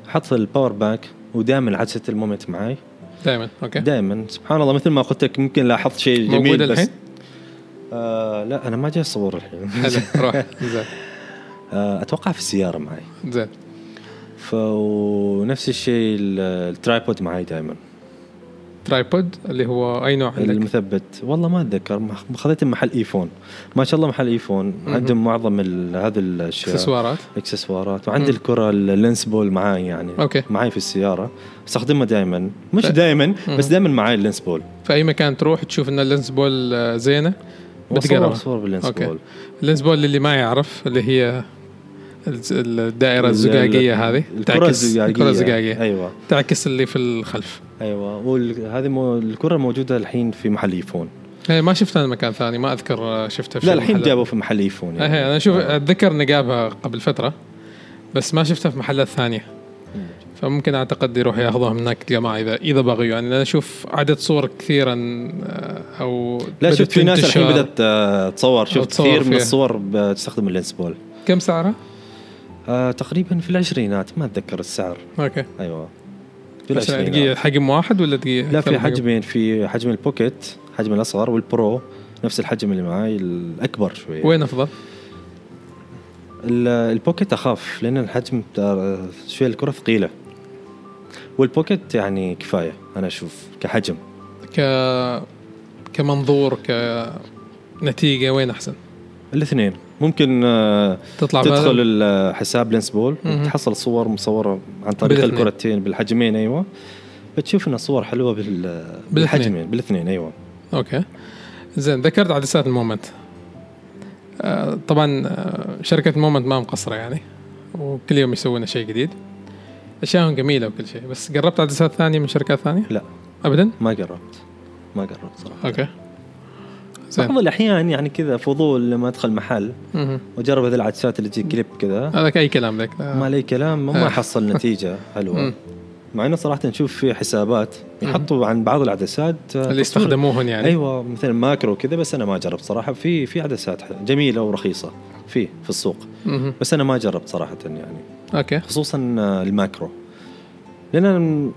S2: احط الباور بانك ودائما عدسه المومنت معي
S1: دائما اوكي
S2: دائما سبحان الله مثل ما قلت لك ممكن لاحظت شيء جميل
S1: موجود
S2: بس
S1: الحين؟
S2: آه لا انا ما جاي اصور الحين
S1: حلو روح زين
S2: آه اتوقع في السياره معي
S1: زين
S2: ف- ونفس الشيء ال- الترايبود معي دائما
S1: ترايبود اللي هو اي نوع عندك؟
S2: المثبت والله ما اتذكر ما- ما خذيته من محل ايفون ما شاء الله محل ايفون عندهم معظم ال- هذا الاشياء
S1: اكسسوارات
S2: اكسسوارات وعندي الكره اللينس بول معي يعني
S1: أوكي.
S2: معي في السياره استخدمها دائما مش
S1: ف-
S2: دائما بس دائما معي اللينس بول
S1: في اي مكان تروح تشوف ان اللينس بول آه، زينه
S2: بصور
S1: بتقربها
S2: صور باللينس
S1: أوكي.
S2: بول
S1: اللينس بول اللي ما يعرف اللي هي الز- الدائره الزجاجيه هذه
S2: الكره
S1: تعكس
S2: الزجاجيه
S1: الكره الزجاجيه
S2: ايوه
S1: تعكس اللي في الخلف
S2: ايوه وهذه مو الكره موجوده الحين في محل ايفون
S1: هي إيه، ما شفتها في مكان ثاني ما اذكر آه، شفتها في
S2: لا الحين
S1: محل-
S2: جابوه في محل يعني. ايفون
S1: آه، هي انا اشوف اتذكر اني جابها قبل فتره بس ما شفتها في محلات ثانيه فممكن اعتقد يروح ياخذوها من هناك الجماعه اذا اذا بغيوا يعني انا اشوف عدد صور كثيرا آه، او
S2: لا
S1: بدأت
S2: شفت في ناس الحين
S1: تنتشر.
S2: بدات آه، تصور
S1: أو
S2: شفت
S1: تصور
S2: كثير من
S1: فيها.
S2: الصور تستخدم اللينس بول
S1: كم سعرها؟
S2: آه تقريبا في العشرينات ما اتذكر السعر
S1: اوكي
S2: ايوه في
S1: بس دقيقه
S2: العشرينات
S1: حجم واحد ولا دقيقه
S2: لا
S1: أكثر
S2: في
S1: من حجم؟
S2: حجمين في حجم البوكيت حجم الاصغر والبرو نفس الحجم اللي معي الاكبر شويه
S1: وين افضل؟
S2: ال- البوكيت اخاف لان الحجم ترى شويه الكره ثقيله والبوكيت يعني كفايه انا اشوف كحجم
S1: ك كمنظور كنتيجه وين احسن؟
S2: الاثنين ممكن آه،
S1: تطلع
S2: تدخل
S1: بهذا؟
S2: ال- حساب لينس بول
S1: مهم.
S2: تحصل صور مصوره عن طريق
S1: بالاثنين.
S2: الكرتين بالحجمين ايوه بتشوف انها صور حلوه بال- بالحجمين بالاثنين ايوه
S1: اوكي زين ذكرت عدسات المومنت آه، طبعا آه، شركه مومنت ما مقصره يعني وكل يوم يسوون شيء جديد اشياءهم جميله وكل شيء بس جربت عدسات ثانيه من شركات ثانيه؟
S2: لا
S1: ابدا؟
S2: ما جربت ما جربت صراحه
S1: اوكي زين
S2: بعض الاحيان يعني كذا فضول لما ادخل محل
S1: مهم.
S2: واجرب هذه العدسات اللي تجي كليب كذا
S1: هذاك اي كلام ذاك
S2: ما عليه كلام
S1: آه.
S2: ما حصل نتيجه
S1: مم.
S2: حلوه مع انه صراحه نشوف في حسابات يحطوا عن بعض العدسات آه، تصوير.
S1: اللي يستخدموهن يعني
S2: ايوه مثلا ماكرو كذا بس انا ما جربت صراحه في في عدسات ح- جميله ورخيصه في في السوق
S1: مهم.
S2: بس انا ما جربت صراحه يعني
S1: اوكي
S2: خصوصا آه، الماكرو لان انا م-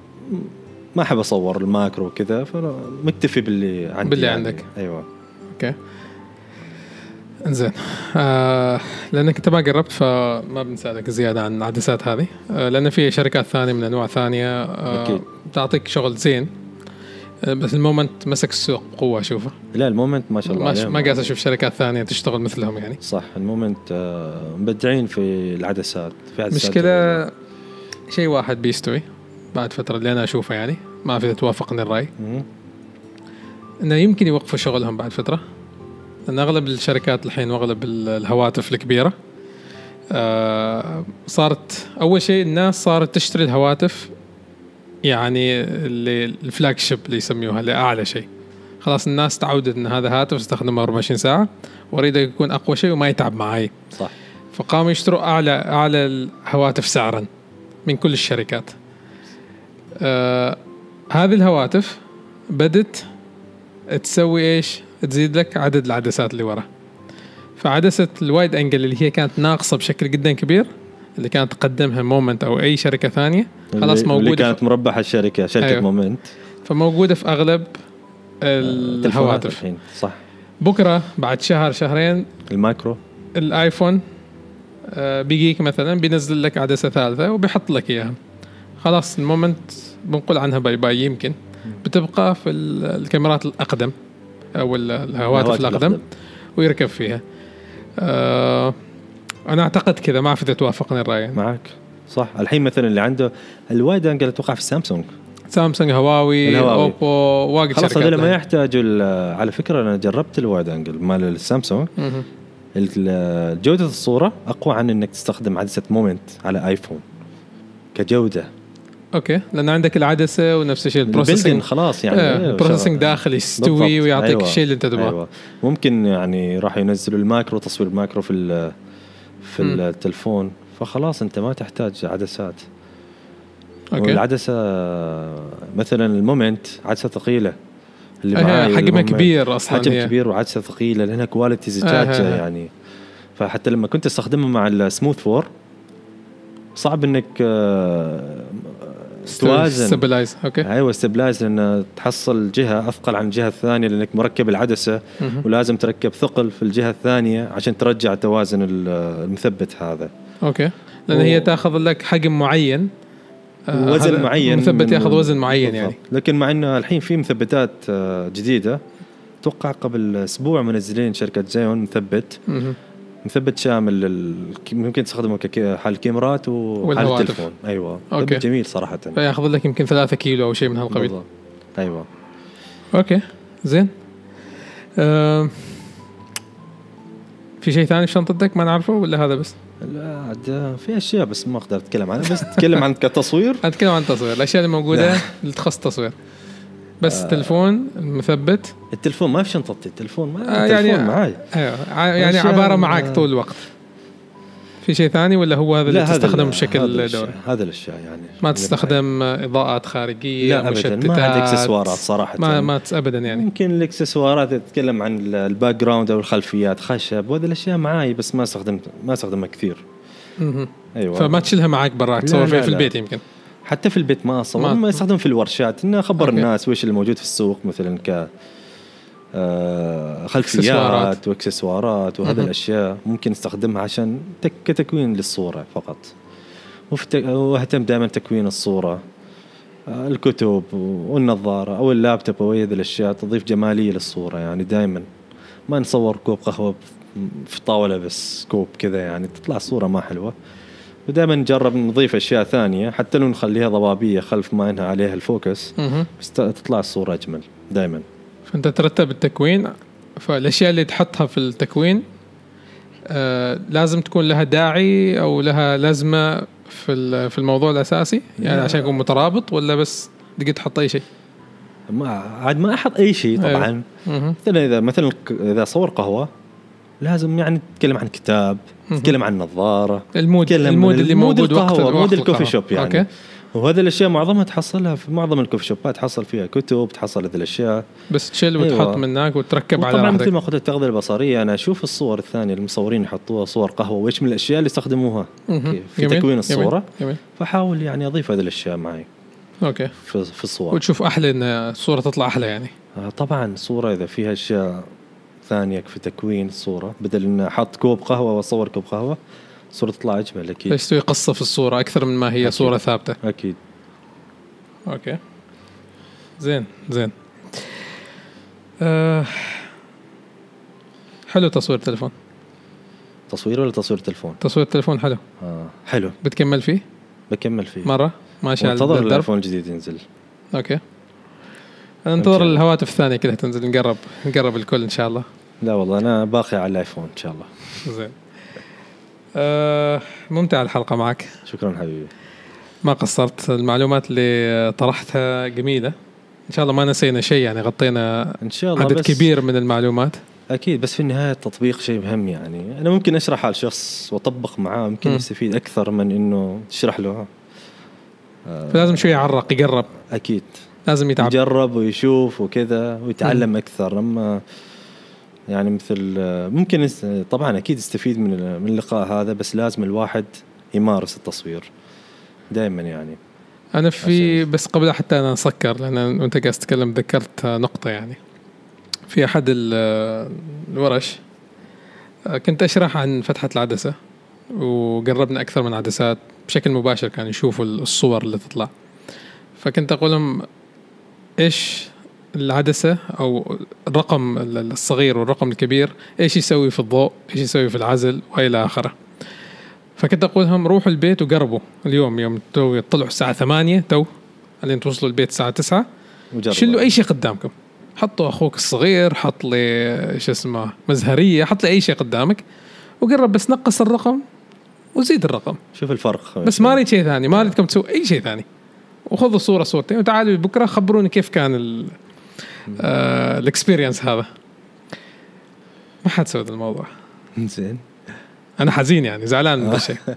S2: ما احب اصور الماكرو وكذا فمكتفي باللي عندي
S1: باللي
S2: يعني.
S1: عندك.
S2: ايوه
S1: اوكي انزين آه لانك انت ما جربت فما بنسالك زياده عن العدسات هذه آه لان في شركات ثانيه من انواع ثانيه آه
S2: أكيد.
S1: تعطيك شغل زين آه بس المومنت مسك السوق قوه اشوفه
S2: لا المومنت ما شاء الله
S1: ما,
S2: عليهم.
S1: ما قاعد اشوف شركات ثانيه تشتغل مثلهم يعني
S2: صح المومنت آه، مبدعين في العدسات في عدسات
S1: مشكله شيء واحد بيستوي بعد فتره اللي انا اشوفه يعني ما في توافقني الراي
S2: مم.
S1: انه يمكن يوقفوا شغلهم بعد فتره لان اغلب الشركات الحين واغلب ال- الهواتف الكبيره آه، صارت اول شيء الناس صارت تشتري الهواتف يعني اللي الفلاج شيب اللي يسميوها اللي اعلى شيء خلاص الناس تعودت ان هذا هاتف استخدمه 24 ساعه واريده يكون اقوى شيء وما يتعب معي
S2: صح
S1: فقاموا يشتروا اعلى اعلى الهواتف سعرا من كل الشركات. آه هذه الهواتف بدت تسوي ايش؟ تزيد لك عدد العدسات اللي ورا. فعدسه الوايد انجل اللي هي كانت ناقصه بشكل جدا كبير اللي كانت تقدمها مومنت او اي شركه ثانيه خلاص
S2: اللي-
S1: موجوده
S2: اللي
S1: في-
S2: كانت مربحه الشركه شركه
S1: أيوه.
S2: أيوه. مومنت
S1: فموجوده في اغلب
S2: آه، تلفونات
S1: الهواتف
S2: الحين صح
S1: بكره بعد شهر شهرين
S2: المايكرو
S1: الايفون آه، بيجيك مثلا بينزل لك عدسه ثالثه وبيحط لك اياها خلاص المومنت بنقول عنها باي باي يمكن بتبقى في ال- الكاميرات الاقدم او ال- الهواتف الاقدم ويركب فيها آه، انا اعتقد كذا ما اعرف اذا توافقني الراي يعني.
S2: معك صح الحين مثلا اللي عنده الوايد انجل اتوقع في سامسونج
S1: سامسونج هواوي,
S2: الهواوي.
S1: اوبو واجد
S2: خلاص
S1: شركات يعني.
S2: هذول ما
S1: لها.
S2: يحتاجوا ال- على فكره انا جربت الوايد انجل مال السامسونج
S1: مهم.
S2: ال- جوده الصوره اقوى عن انك تستخدم عدسه مومنت على ايفون كجوده
S1: اوكي لان عندك العدسه ونفس الشيء
S2: البروسيسنج
S1: البروسيسنج
S2: خلاص يعني
S1: يعني
S2: إيه،
S1: البروسيسنج
S2: شغل-
S1: داخل يستوي
S2: بالضبط.
S1: ويعطيك
S2: أيوة.
S1: الشيء اللي انت تبغاه
S2: أيوة. ممكن يعني راح ينزلوا الماكرو تصوير الماكرو في ال في
S1: مم.
S2: التلفون فخلاص انت ما تحتاج عدسات
S1: اوكي
S2: والعدسه مثلا المومنت عدسه ثقيله اللي
S1: أيوة،
S2: معاي
S1: حجمها
S2: والمومنت.
S1: كبير أصلاً إيه.
S2: حجم
S1: هي.
S2: كبير وعدسه ثقيله لانها كواليتي
S1: أيوة،
S2: زجاجه
S1: أيوة.
S2: يعني فحتى لما كنت استخدمها مع السموث فور صعب انك آه، توازن
S1: ستابلايز اوكي
S2: ايوه ستابلايز لان تحصل جهه اثقل عن الجهه الثانيه لانك مركب العدسه
S1: مهم.
S2: ولازم تركب ثقل في الجهه الثانيه عشان ترجع توازن ال- المثبت هذا
S1: اوكي لان
S2: و-
S1: هي تاخذ لك حجم معين آه،
S2: وزن
S1: هذا
S2: معين
S1: مثبت
S2: من-
S1: ياخذ وزن معين
S2: بالضبط.
S1: يعني
S2: لكن مع انه الحين في مثبتات آه، جديده اتوقع قبل اسبوع منزلين شركه زيون مثبت
S1: مهم.
S2: مثبت شامل لل- ممكن تستخدمه كحال كاميرات وحال
S1: والهواتف.
S2: التلفون ايوه
S1: أوكي. أيوة،
S2: مثبت جميل صراحه
S1: فياخذ لك يمكن 3 كيلو او شيء من هالقبيل
S2: بالضبط. ايوه
S1: اوكي زين آم، في شيء ثاني في شنطتك ما نعرفه ولا هذا بس؟
S2: لا عاد آه، في اشياء بس ما اقدر اتكلم عنها بس اتكلم عن كتصوير
S1: أنا اتكلم عن التصوير الاشياء اللي موجوده اللي تخص التصوير
S2: آه.
S1: بس تلفون مثبت
S2: التلفون ما في شنطتي التلفون ما
S1: آه،
S2: التلفون
S1: يعني-
S2: معاي
S1: ايوه ع- يعني
S2: أشياء-
S1: عباره معك طول الوقت في شيء ثاني ولا هو هذا اللي
S2: هذا
S1: تستخدمه
S2: ال- هذا
S1: بشكل
S2: الأشياء-
S1: دوري؟
S2: هذا الاشياء يعني
S1: ما تستخدم اضاءات خارجيه
S2: لا ابدا
S1: مشتتات
S2: ما عندي اكسسوارات صراحه
S1: ما ما تس- ابدا يعني
S2: يمكن الاكسسوارات تتكلم عن ال- الباك جراوند او الخلفيات خشب وهذه الاشياء معاي بس ما استخدم ما استخدمها كثير
S1: مهم.
S2: ايوه
S1: فما تشيلها معك براك
S2: لا،
S1: تصور فيها
S2: لا،
S1: في
S2: لا.
S1: البيت يمكن
S2: حتى في البيت ما
S1: ما-
S2: اصور ما استخدم في الورشات انه اخبر
S1: أوكي.
S2: الناس وش اللي موجود في السوق مثلا ك آه،
S1: إكسسوارات.
S2: خلفيات واكسسوارات وهذا
S1: مهم.
S2: الاشياء ممكن استخدمها عشان تك كتكوين للصوره فقط وفي تك- واهتم دائما تكوين الصوره آه، الكتب والنظاره او اللابتوب او هذه الاشياء تضيف جماليه للصوره يعني دائما ما نصور كوب قهوه في طاوله بس كوب كذا يعني تطلع صوره ما حلوه ودائما نجرب نضيف اشياء ثانيه حتى لو نخليها ضبابيه خلف ما انها عليها الفوكس
S1: مهم.
S2: بس ت- تطلع الصوره اجمل دائما
S1: فانت ترتب التكوين فالاشياء اللي تحطها في التكوين آه لازم تكون لها داعي او لها لازمه في ال- في الموضوع الاساسي يعني
S2: لا.
S1: عشان يكون مترابط ولا بس تقدر تحط اي شيء
S2: ما عاد ما احط اي شيء
S1: أيوة.
S2: طبعا
S1: مهم.
S2: مثلا اذا مثلا ك- اذا صور قهوه لازم يعني تتكلم عن كتاب
S1: مهم.
S2: تتكلم عن نظاره
S1: المود
S2: تتكلم
S1: المود
S2: عن
S1: اللي
S2: المود
S1: موجود وقت
S2: القهوة،
S1: وقت
S2: مود الكوفي
S1: القهوة.
S2: شوب يعني
S1: اوكي
S2: أوكي. وهذه الاشياء معظمها تحصلها في معظم الكوفي شوبات تحصل فيها كتب تحصل هذه الاشياء
S1: بس تشيل
S2: أيوة.
S1: وتحط من هناك وتركب على
S2: طبعا مثل
S1: راحتك
S2: ما قلت التغذيه البصريه انا اشوف الصور الثانيه المصورين يحطوها صور قهوه وايش من الاشياء اللي يستخدموها
S1: مهم.
S2: أوكي. في
S1: جميل،
S2: تكوين
S1: جميل،
S2: الصوره
S1: جميل
S2: فحاول يعني اضيف هذه الاشياء معي
S1: اوكي
S2: في, في الصور
S1: وتشوف احلى ان الصوره تطلع احلى يعني
S2: آه، طبعا صورة اذا فيها اشياء ثانية في تكوين الصورة بدل ان احط كوب قهوة واصور كوب قهوة الصورة تطلع اجمل اكيد
S1: بس تسوي قصه في الصوره اكثر من ما هي
S2: أكيد.
S1: صوره ثابته
S2: اكيد
S1: اوكي زين زين آه حلو تصوير تلفون
S2: تصوير ولا تصوير تلفون؟
S1: تصوير تلفون حلو
S2: آه. حلو
S1: بتكمل فيه
S2: بكمل فيه
S1: مره ماشي على
S2: انتظر
S1: الدرب
S2: الايفون الجديد ينزل
S1: اوكي
S2: إن شاء
S1: انتظر
S2: الله.
S1: الهواتف الثانيه كذا تنزل نقرب نقرب الكل ان شاء الله
S2: لا والله انا باقي على الايفون ان شاء الله
S1: زين آه ممتعه الحلقه معك
S2: شكرا حبيبي
S1: ما قصرت المعلومات اللي طرحتها جميله ان شاء الله ما نسينا شيء يعني غطينا
S2: ان شاء الله
S1: عدد
S2: بس
S1: كبير من المعلومات
S2: اكيد بس في النهايه التطبيق شيء مهم يعني انا ممكن اشرح على شخص واطبق معاه ممكن
S1: مم.
S2: يستفيد اكثر من انه تشرح له آه،
S1: فلازم شوي يعرق يقرب
S2: اكيد
S1: لازم يتعب
S2: يجرب ويشوف وكذا ويتعلم اكثر اما يعني مثل آه، ممكن يست- طبعا اكيد يستفيد من ال- من اللقاء هذا بس لازم الواحد يمارس التصوير دائما يعني
S1: انا في بس قبل حتى انا نسكر لان انت قاعد تتكلم ذكرت نقطه يعني في احد ال- الورش كنت اشرح عن فتحه العدسه وقربنا اكثر من عدسات بشكل مباشر كانوا يشوفوا الصور اللي تطلع فكنت اقول لهم ايش العدسه او الرقم الصغير والرقم الكبير ايش يسوي في الضوء ايش يسوي في العزل والى اخره فكنت اقول لهم روحوا البيت وقربوا اليوم يوم تو طلعوا الساعه 8 تو لين توصلوا البيت الساعه 9
S2: وجربه.
S1: شيلوا اي شيء قدامكم حطوا اخوك الصغير حط لي شو اسمه مزهريه حط لي اي شيء قدامك وقرب بس نقص الرقم وزيد الرقم
S2: شوف الفرق
S1: بس ما اريد شيء ثاني ما اريدكم تسووا اي شيء ثاني وخذوا صوره صورتين وتعالوا بكره خبروني كيف كان ال- آه، الاكسبيرينس هذا ما حد سوى ذا الموضوع
S2: زين
S1: انا حزين يعني زعلان من الشيء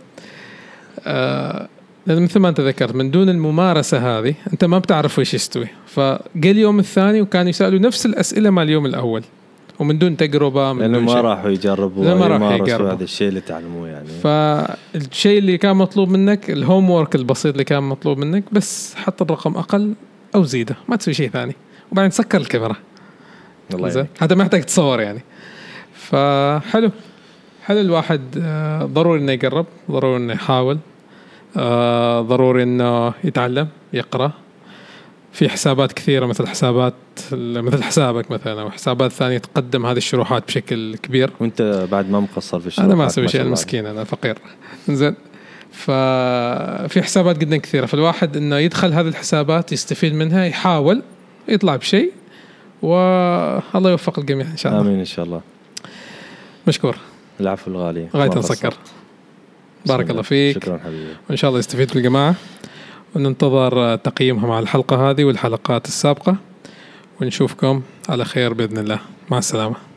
S1: آه، لان مثل ما انت ذكرت من دون الممارسه هذه انت ما بتعرف وش يستوي فجاء اليوم الثاني وكانوا يسالوا نفس الاسئله مع اليوم الاول ومن دون تجربه من
S2: لانه
S1: دون
S2: ما
S1: شيء.
S2: راحوا يجربوا
S1: لأنه ما راحوا
S2: يمارسوا
S1: يجربوا.
S2: هذا الشيء اللي تعلموه يعني
S1: فالشيء اللي كان مطلوب منك الهوم وورك البسيط اللي كان مطلوب منك بس حط الرقم اقل او زيده ما تسوي شيء ثاني وبعدين سكر الكاميرا
S2: الله
S1: زين
S2: يعينك.
S1: حتى ما يحتاج تصور يعني فحلو حلو الواحد آه، ضروري انه يقرب ضروري انه يحاول آه، ضروري انه يتعلم يقرا في حسابات كثيره مثل حسابات مثل حسابك مثلا او حسابات ثانيه تقدم هذه الشروحات بشكل كبير
S2: وانت بعد ما مقصر في الشغل
S1: انا ما اسوي شيء انا مسكين انا فقير زين ففي حسابات جدا كثيره فالواحد انه يدخل هذه الحسابات يستفيد منها يحاول يطلع بشيء والله يوفق الجميع ان شاء الله
S2: امين ان شاء الله
S1: مشكور
S2: العفو الغالي
S1: غايه
S2: ما
S1: نسكر
S2: قصرت.
S1: بارك الله فيك
S2: شكرا حبيبي
S1: وان شاء الله يستفيد الجماعه وننتظر آه، تقييمها مع الحلقه هذه والحلقات السابقه ونشوفكم على خير باذن الله مع السلامه